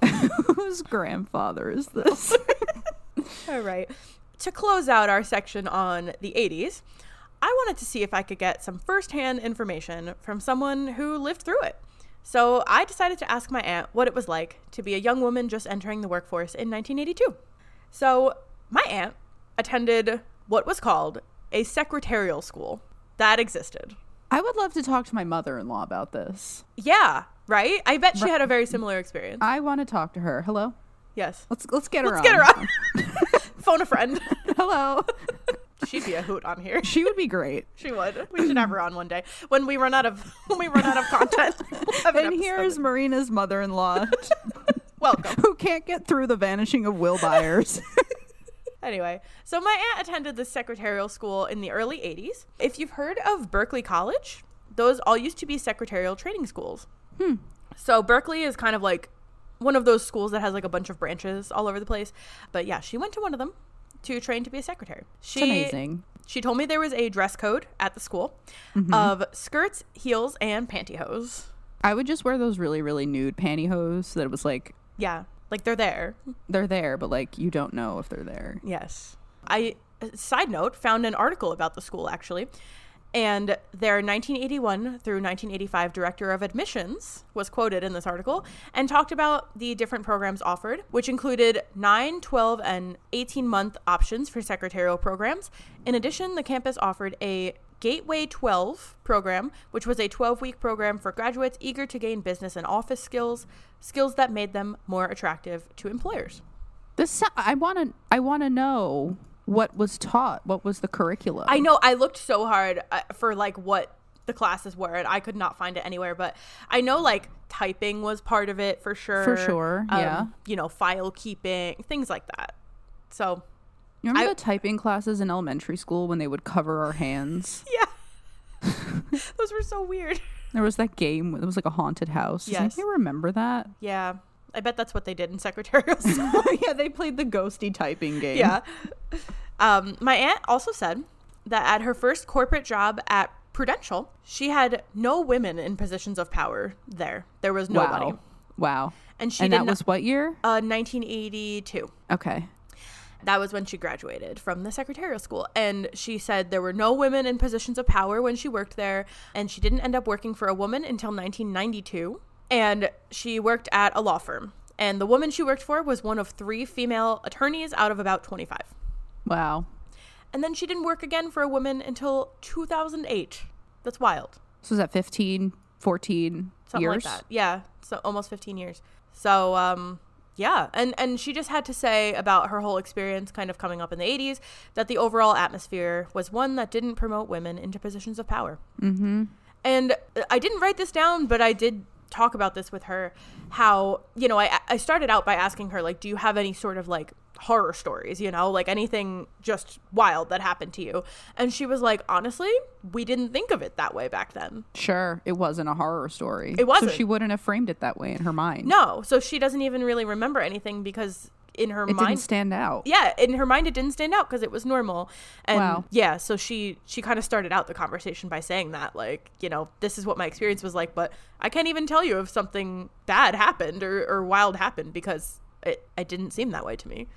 Speaker 2: Whose grandfather is this?
Speaker 1: All right. To close out our section on the 80s, I wanted to see if I could get some firsthand information from someone who lived through it. So I decided to ask my aunt what it was like to be a young woman just entering the workforce in 1982. So my aunt attended what was called a secretarial school that existed.
Speaker 2: I would love to talk to my mother in law about this.
Speaker 1: Yeah, right? I bet she had a very similar experience.
Speaker 2: I want to talk to her. Hello.
Speaker 1: Yes.
Speaker 2: Let's let's get her.
Speaker 1: Let's
Speaker 2: on.
Speaker 1: get her on. Phone a friend.
Speaker 2: Hello.
Speaker 1: She'd be a hoot on here.
Speaker 2: She would be great.
Speaker 1: She would. We should have her on one day when we run out of when we run out of content. we'll have an
Speaker 2: And here's
Speaker 1: episode.
Speaker 2: Marina's mother in law,
Speaker 1: welcome.
Speaker 2: who can't get through the vanishing of Will Byers.
Speaker 1: Anyway, so my aunt attended the secretarial school in the early '80s. If you've heard of Berkeley College, those all used to be secretarial training schools. Hmm. So Berkeley is kind of like one of those schools that has like a bunch of branches all over the place. But yeah, she went to one of them to train to be a secretary. She
Speaker 2: it's amazing.
Speaker 1: She told me there was a dress code at the school
Speaker 2: Mm-hmm.
Speaker 1: of skirts, heels, and pantyhose.
Speaker 2: I would just wear those really, really nude pantyhose so that it was like
Speaker 1: Yeah, like they're there.
Speaker 2: they're there, but like you don't know if they're there.
Speaker 1: Yes. I uh, side note found an article about the school actually, and their 1981 through 1985 director of admissions was quoted in this article and talked about the different programs offered, which included 9, 12, and 18 month options for secretarial programs. In addition, the campus offered a Gateway 12 program, which was a 12 week program for graduates eager to gain business and office skills, skills that made them more attractive to employers.
Speaker 2: This so- I want to I want to know what was taught, what was the curriculum.
Speaker 1: I know I looked so hard uh, for like what the classes were, and I could not find it anywhere. But I know like typing was part of it for sure. Um,
Speaker 2: sure, yeah.
Speaker 1: You know, file keeping, things like that. So
Speaker 2: you remember
Speaker 1: I-
Speaker 2: the typing classes in elementary school when they would cover our hands.
Speaker 1: yeah, those were so weird.
Speaker 2: There was that game. It was like a haunted house. Does
Speaker 1: Yes.
Speaker 2: anybody remember that?
Speaker 1: Yeah, I bet that's what they did in secretarial school.
Speaker 2: yeah, they played the ghosty typing game.
Speaker 1: yeah. Um, my aunt also said that at her first corporate job at Prudential, she had no women in positions of power there. There was
Speaker 2: Wow.
Speaker 1: nobody.
Speaker 2: Wow.
Speaker 1: And she
Speaker 2: and
Speaker 1: did
Speaker 2: that
Speaker 1: not-
Speaker 2: was what year?
Speaker 1: Uh, 1982.
Speaker 2: Okay.
Speaker 1: That was when she graduated from the secretarial school. And she said there were no women in positions of power when she worked there. And she didn't end up working for a woman until 1992. And she worked at a law firm. And the woman she worked for was one of three female attorneys out of about 25.
Speaker 2: Wow.
Speaker 1: And then she didn't work again for a woman until 2008. That's wild.
Speaker 2: So was that 15, 14
Speaker 1: something
Speaker 2: years?
Speaker 1: like that. Yeah, so almost 15 years. So um yeah, and and she just had to say about her whole experience kind of coming up in the 80s that the overall atmosphere was one that didn't promote women into positions of power. Mhm. And uh, I didn't write this down, but I did talk about this with her how, you know, I I started out by asking her like do you have any sort of like horror stories, you know, like anything just wild that happened to you. And she was like, honestly, we didn't think of it that way back then.
Speaker 2: Sure, it wasn't a horror story.
Speaker 1: It wasn't.
Speaker 2: So she wouldn't have framed it that way in her mind.
Speaker 1: No, so she doesn't even really remember anything because in her
Speaker 2: it
Speaker 1: mind,
Speaker 2: didn't stand out.
Speaker 1: yeah, in her mind it didn't stand out because it was normal. And
Speaker 2: Wow.
Speaker 1: yeah, so she she kind of started out the conversation by saying that like, you know, this is what my experience was like, but I can't even tell you if something bad happened or or wild happened because it it didn't seem that way to me.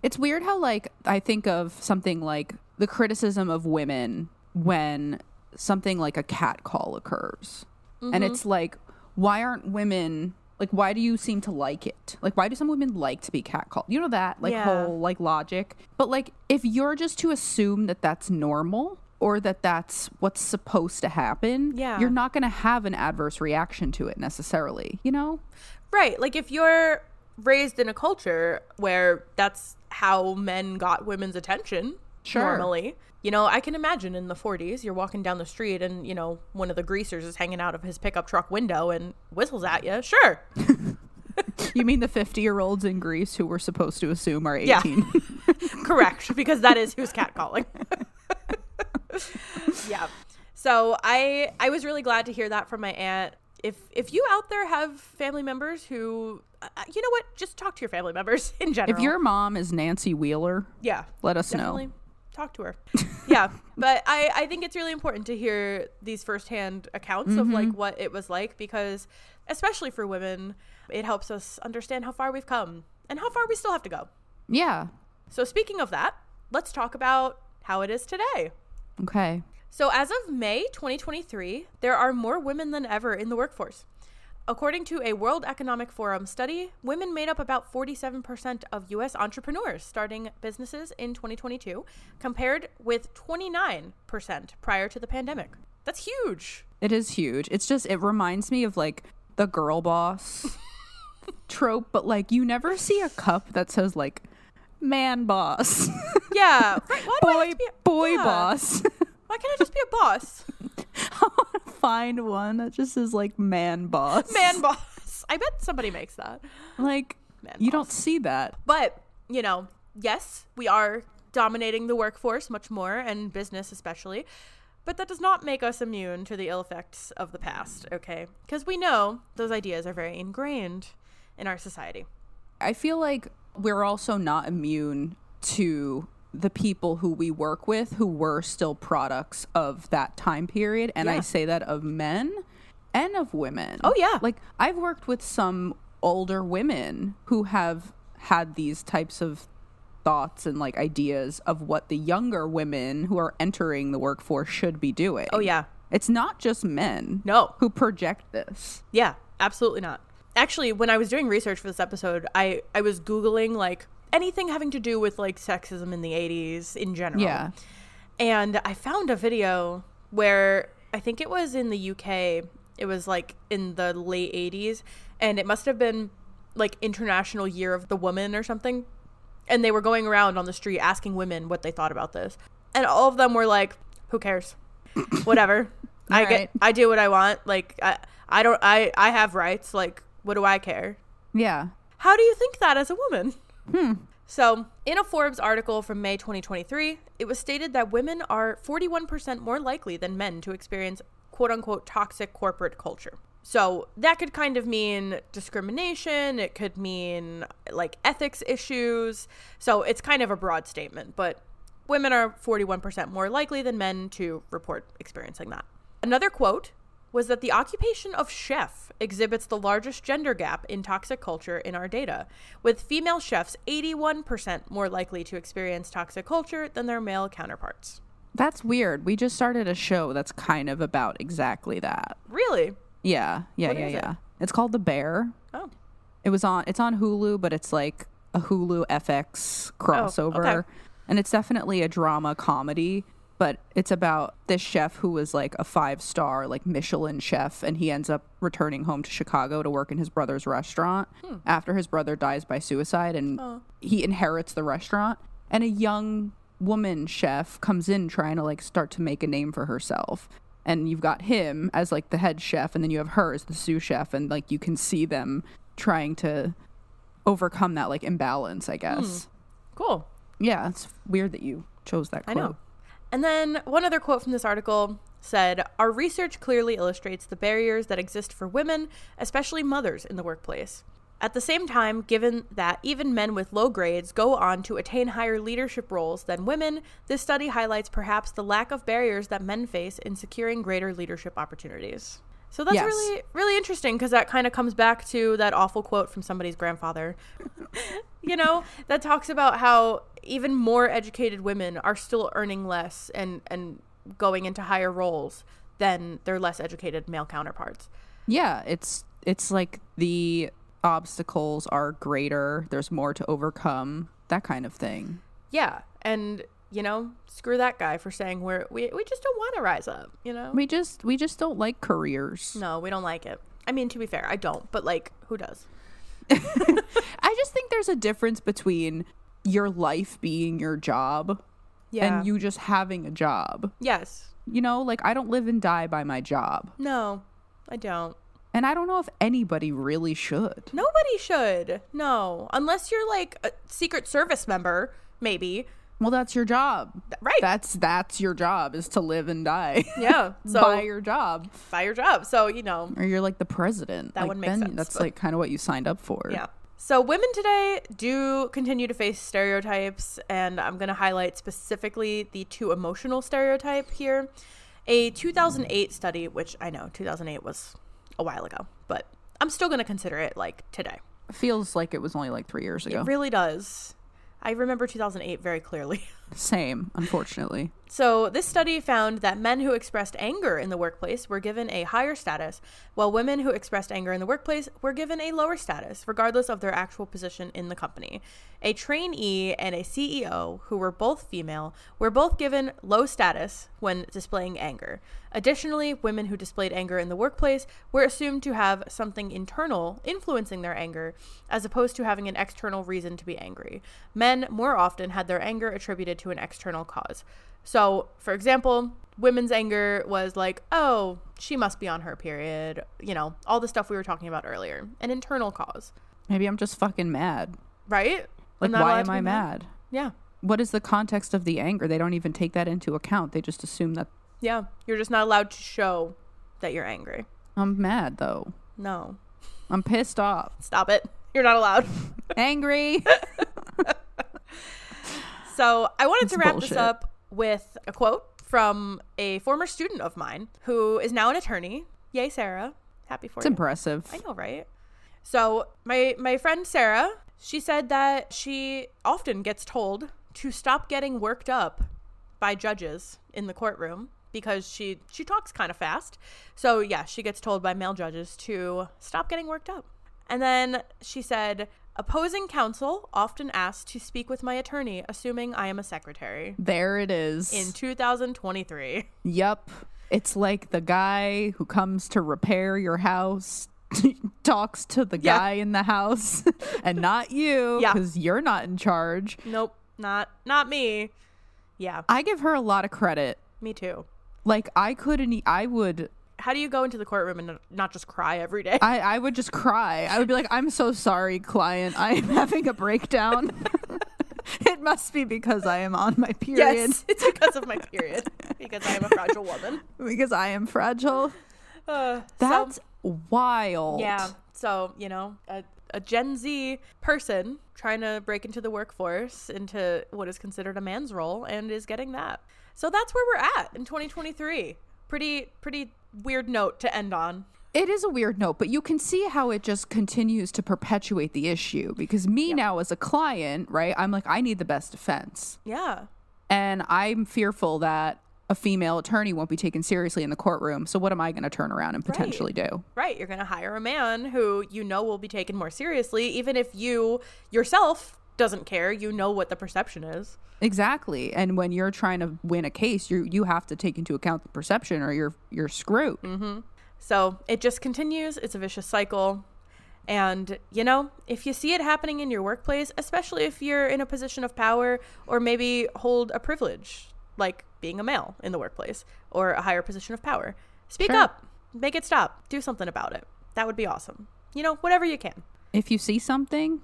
Speaker 2: It's weird how like I think of something like the criticism of women when something like a cat call occurs. And it's
Speaker 1: Mm-hmm.
Speaker 2: like why aren't women like why do you seem to like it? Like why do some women like to be catcalled? You know that like
Speaker 1: Yeah.
Speaker 2: whole like logic. But like if you're just to assume that that's normal or that that's what's supposed to happen,
Speaker 1: Yeah.
Speaker 2: you're not going to have an adverse reaction to it necessarily, you know?
Speaker 1: Right. Like if you're raised in a culture where that's how men got women's attention
Speaker 2: Sure.
Speaker 1: normally. You know, I can imagine in the 40s, you're walking down the street and, you know, one of the greasers is hanging out of his pickup truck window and whistles at you. Sure.
Speaker 2: You mean the 50-year-olds in Greece who we're supposed to assume are 18?
Speaker 1: Yeah. Correct. Because that is who's catcalling. yeah. So I I was really glad to hear that from my aunt. If if you out there have family members who, uh, uh, you know what, just talk to your family members in general.
Speaker 2: If your mom is Nancy Wheeler,
Speaker 1: yeah,
Speaker 2: let us know.
Speaker 1: talk to her yeah but I, I think it's really important to hear these firsthand accounts of like what it was like because especially for women it helps us understand how far we've come and how far we still have to go
Speaker 2: Yeah.
Speaker 1: so speaking of that let's talk about how it is today
Speaker 2: Okay.
Speaker 1: so, as of May 2023, there are more women than ever in the workforce. According to a World Economic Forum study, women made up about 47% of US entrepreneurs starting businesses in 2022, compared with 29% prior to the pandemic. That's huge.
Speaker 2: It is huge. It's just, it reminds me of like the girl boss trope, but like you never see a cup that says like man boss,
Speaker 1: Yeah. Right. Why do I have
Speaker 2: boy,
Speaker 1: to be a-
Speaker 2: boy
Speaker 1: yeah.
Speaker 2: boss.
Speaker 1: Why can't I just be a boss?
Speaker 2: I want to find one that just is like man boss.
Speaker 1: Man boss. I bet somebody makes that.
Speaker 2: Like,
Speaker 1: Man
Speaker 2: you don't see that.
Speaker 1: But, you know, yes, we are dominating the workforce much more and business especially. But that does not make us immune to the ill effects of the past, okay? Because we know those ideas are very ingrained in our society.
Speaker 2: I feel like we're also not immune to the people who we work with who were still products of that time period. And
Speaker 1: Yeah.
Speaker 2: I say that of men and of women.
Speaker 1: Oh, yeah.
Speaker 2: Like, I've worked with some older women who have had these types of thoughts and like ideas of what the younger women who are entering the workforce should be doing.
Speaker 1: Oh, yeah.
Speaker 2: It's not just men.
Speaker 1: No.
Speaker 2: Who project this.
Speaker 1: Yeah, absolutely not. Actually, when I was doing research for this episode, I, I was Googling like anything having to do with like sexism in the 80s in general.
Speaker 2: Yeah.
Speaker 1: and I found a video where I think it was in the UK. It was like in the late 80s, and it must have been like International Year of the Woman or something. And they were going around on the street asking women what they thought about this. And all of them were like, who cares? Whatever. I
Speaker 2: Right.
Speaker 1: get I do what I want. Like I I don't I I have rights. Like what do I care?
Speaker 2: Yeah.
Speaker 1: How do you think that as a woman? Hmm. So, in a Forbes article from May 2023, it was stated that women are 41% more likely than men to experience quote unquote toxic corporate culture. So, that could kind of mean discrimination, it could mean like ethics issues. So, it's kind of a broad statement, but women are 41% more likely than men to report experiencing that. Another quote was that the occupation of chef exhibits the largest gender gap in toxic culture in our data, with female chefs 81% more likely to experience toxic culture than their male counterparts.
Speaker 2: That's weird. We just started a show that's kind of about exactly that.
Speaker 1: Really?
Speaker 2: Yeah. Yeah,
Speaker 1: What
Speaker 2: yeah,
Speaker 1: is
Speaker 2: yeah.
Speaker 1: it?
Speaker 2: It's called The Bear.
Speaker 1: Oh.
Speaker 2: It was on it's on Hulu, but it's like a Hulu FX crossover.
Speaker 1: Oh, okay.
Speaker 2: And it's definitely a drama comedy, but it's about this chef who was like a five-star like Michelin chef and he ends up returning home to Chicago to work in his brother's restaurant after his brother dies by suicide and he inherits the restaurant and a young woman chef comes in trying to like start to make a name for herself and you've got him as like the head chef and then you have her as the sous chef and like you can see them trying to overcome that like imbalance i guess
Speaker 1: Cool.
Speaker 2: Yeah, it's weird that you chose that
Speaker 1: I
Speaker 2: quote.
Speaker 1: know. And then one other quote from this article said Our research clearly illustrates the barriers that exist for women, especially mothers, in the workplace. At the same time, given that even men with low grades go on to attain higher leadership roles than women, this study highlights perhaps the lack of barriers that men face in securing greater leadership opportunities. So that's
Speaker 2: Yes.
Speaker 1: really, really interesting because that kind of comes back to that awful quote from somebody's grandfather you know, that talks about how even more educated women are still earning less and and going into higher roles than their less educated male counterparts.
Speaker 2: Yeah, it's it's like the obstacles are greater. There's more to overcome. That kind of thing.
Speaker 1: Yeah, and you know, screw that guy for saying we're we we just don't want to rise up. You know,
Speaker 2: We just we just don't like careers.
Speaker 1: no, we don't like it. I mean, to be fair, I don't, but like, who does?
Speaker 2: I just think there's a difference between your life being your job
Speaker 1: Yeah.
Speaker 2: and you just having a job.
Speaker 1: Yes.
Speaker 2: You know, like I don't live and die by my job.
Speaker 1: No, I don't.
Speaker 2: And I don't know if anybody really should.
Speaker 1: Nobody should. No, unless you're like a secret service member, maybe.
Speaker 2: Well, that's your job.
Speaker 1: Right.
Speaker 2: That's that's your job is to live and die.
Speaker 1: yeah. So
Speaker 2: by your job.
Speaker 1: by your job. So you know,
Speaker 2: Or you're like the president.
Speaker 1: That
Speaker 2: like,
Speaker 1: one makes
Speaker 2: then
Speaker 1: sense,
Speaker 2: That's
Speaker 1: but-
Speaker 2: like kind of what you signed up for.
Speaker 1: Yeah. So women today do continue to face stereotypes, and I'm going to highlight specifically the two emotional stereotype here. A 2008 study, which I know 2008 was a while ago, but I'm still going to consider it like today.
Speaker 2: Feels like it was only like three years ago.
Speaker 1: It really does. I remember 2008 very clearly.
Speaker 2: Same, unfortunately.
Speaker 1: So, this study found that men who expressed anger in the workplace were given a higher status, while women who expressed anger in the workplace were given a lower status, regardless of their actual position in the company. A trainee and a CEO, who were both female, were both given low status when displaying anger. Additionally, women who displayed anger in the workplace were assumed to have something internal influencing their anger, as opposed to having an external reason to be angry. Men more often had their anger attributed to an external cause. So, for example, women's anger was like, oh, she must be on her period, you know, all the stuff we were talking about earlier, an internal cause,
Speaker 2: Maybe I'm just fucking mad.
Speaker 1: right?
Speaker 2: Like,
Speaker 1: I'm not
Speaker 2: why
Speaker 1: allowed
Speaker 2: am
Speaker 1: to
Speaker 2: I
Speaker 1: be
Speaker 2: mad?
Speaker 1: Yeah.
Speaker 2: What is the context of the anger? They don't even take that into account. They just assume that
Speaker 1: Yeah. You're just not allowed to show that you're angry.
Speaker 2: I'm mad, though.
Speaker 1: No.
Speaker 2: I'm pissed off.
Speaker 1: Stop it. You're not allowed.
Speaker 2: Angry.
Speaker 1: So I wanted to
Speaker 2: That's
Speaker 1: wrap
Speaker 2: bullshit.
Speaker 1: this up with a quote from a former student of mine who is now an attorney. Yay, Sarah. Happy for
Speaker 2: it's
Speaker 1: you.
Speaker 2: impressive.
Speaker 1: I know, right? So my my friend Sarah, she said that she often gets told to stop getting worked up by judges in the courtroom because she she talks kind of fast. So yeah, she gets told by male judges to stop getting worked up. And then she said, opposing counsel often asked to speak with my attorney, assuming I am a secretary.
Speaker 2: There it is.
Speaker 1: In 2023.
Speaker 2: Yep. It's like the guy who comes to repair your house talks to the
Speaker 1: Yeah.
Speaker 2: guy in the house and not you
Speaker 1: Yeah.
Speaker 2: because you're not in charge.
Speaker 1: Nope, not not me. Yeah,
Speaker 2: I give her a lot of credit.
Speaker 1: me too.
Speaker 2: Like I couldn't e- I would
Speaker 1: how do you go into the courtroom and not just cry every day?
Speaker 2: I, I would just cry. I would be like, I'm so sorry, client. I am having a breakdown. it must be because I am on my period.
Speaker 1: yes, it's because of my period. Because I am a fragile woman.
Speaker 2: Because I am fragile.
Speaker 1: Uh, so-
Speaker 2: That's wild.
Speaker 1: yeah. So you know, a, a Gen Z person trying to break into the workforce into what is considered a man's role and is getting that. So that's where we're at in 2023. Pretty pretty weird note to end on.
Speaker 2: It is a weird note, but you can see how it just continues to perpetuate the issue because me now as a client, right? I'm like I need the best defense.
Speaker 1: Yeah.
Speaker 2: And I'm fearful that a female attorney won't be taken seriously in the courtroom. So what am I going to turn around and potentially do?
Speaker 1: Right, you're going to hire a man who you know will be taken more seriously even if you yourself doesn't care. You know what the perception is.
Speaker 2: Exactly. And when you're trying to win a case, you you have to take into account the perception or you're you're screwed.
Speaker 1: So it just continues. It's a vicious cycle. And, you know, if you see it happening in your workplace, especially if you're in a position of power or maybe hold a privilege, like being a male in the workplace or a higher position of power, speak
Speaker 2: Sure.
Speaker 1: up, make it stop, do something about it. That would be awesome. You know, whatever you can.
Speaker 2: If you see something,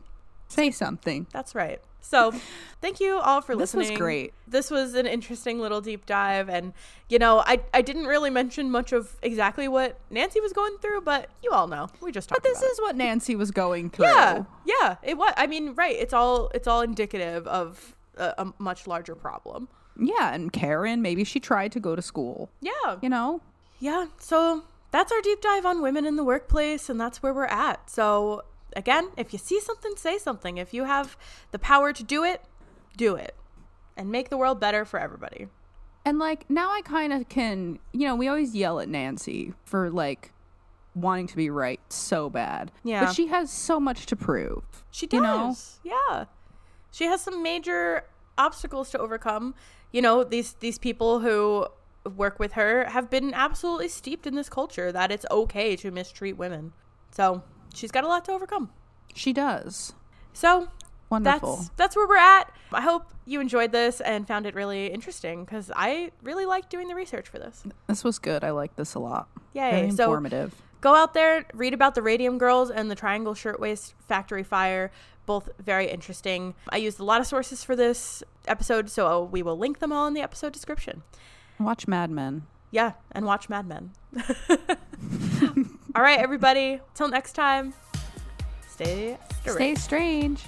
Speaker 2: Say something.
Speaker 1: That's right. So, thank you all for
Speaker 2: This was
Speaker 1: listening.
Speaker 2: great.
Speaker 1: This was an interesting little deep dive, and you know, I I didn't really mention much of exactly what Nancy was going through, but you all know we just talked.
Speaker 2: But this
Speaker 1: about
Speaker 2: is what Nancy was going through.
Speaker 1: it. yeah, yeah. It was. I mean, right. It's all it's all indicative of a, a much larger problem.
Speaker 2: Yeah, and Karen, maybe she tried to go to school.
Speaker 1: Yeah,
Speaker 2: You know?
Speaker 1: yeah. So that's our deep dive on women in the workplace, and that's where we're at. So again, if you see something, say something. If you have the power to do it, do it, and make the world better for everybody.
Speaker 2: And like now I kind of can, you know, we always yell at Nancy for like wanting to be right so bad.
Speaker 1: Yeah.
Speaker 2: But she has so much to prove.
Speaker 1: She does.
Speaker 2: you know?
Speaker 1: Yeah. She has some major obstacles to overcome. You know, these these people who work with her have been absolutely steeped in this culture that it's okay to mistreat women. So, she's got a lot to overcome.
Speaker 2: She does.
Speaker 1: So,
Speaker 2: Wonderful.
Speaker 1: that's that's where we're at. I hope you enjoyed this and found it really interesting cuz I really liked doing the research for this.
Speaker 2: This was good. I like this a lot.
Speaker 1: Yay.
Speaker 2: Very
Speaker 1: So-
Speaker 2: informative.
Speaker 1: Go out there, read about the Radium Girls and the Triangle Shirtwaist Factory Fire. Both very interesting. I used a lot of sources for this episode, so uh, we will link them all in the episode description.
Speaker 2: Watch Mad Men.
Speaker 1: Yeah, and watch Mad Men. all right, everybody. Till next time, stay straight.
Speaker 2: Stay strange.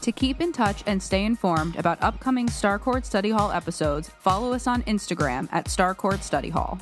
Speaker 2: To keep in touch and stay informed about upcoming StarCourt Study Hall episodes, follow us on Instagram at StarCourt Study Hall.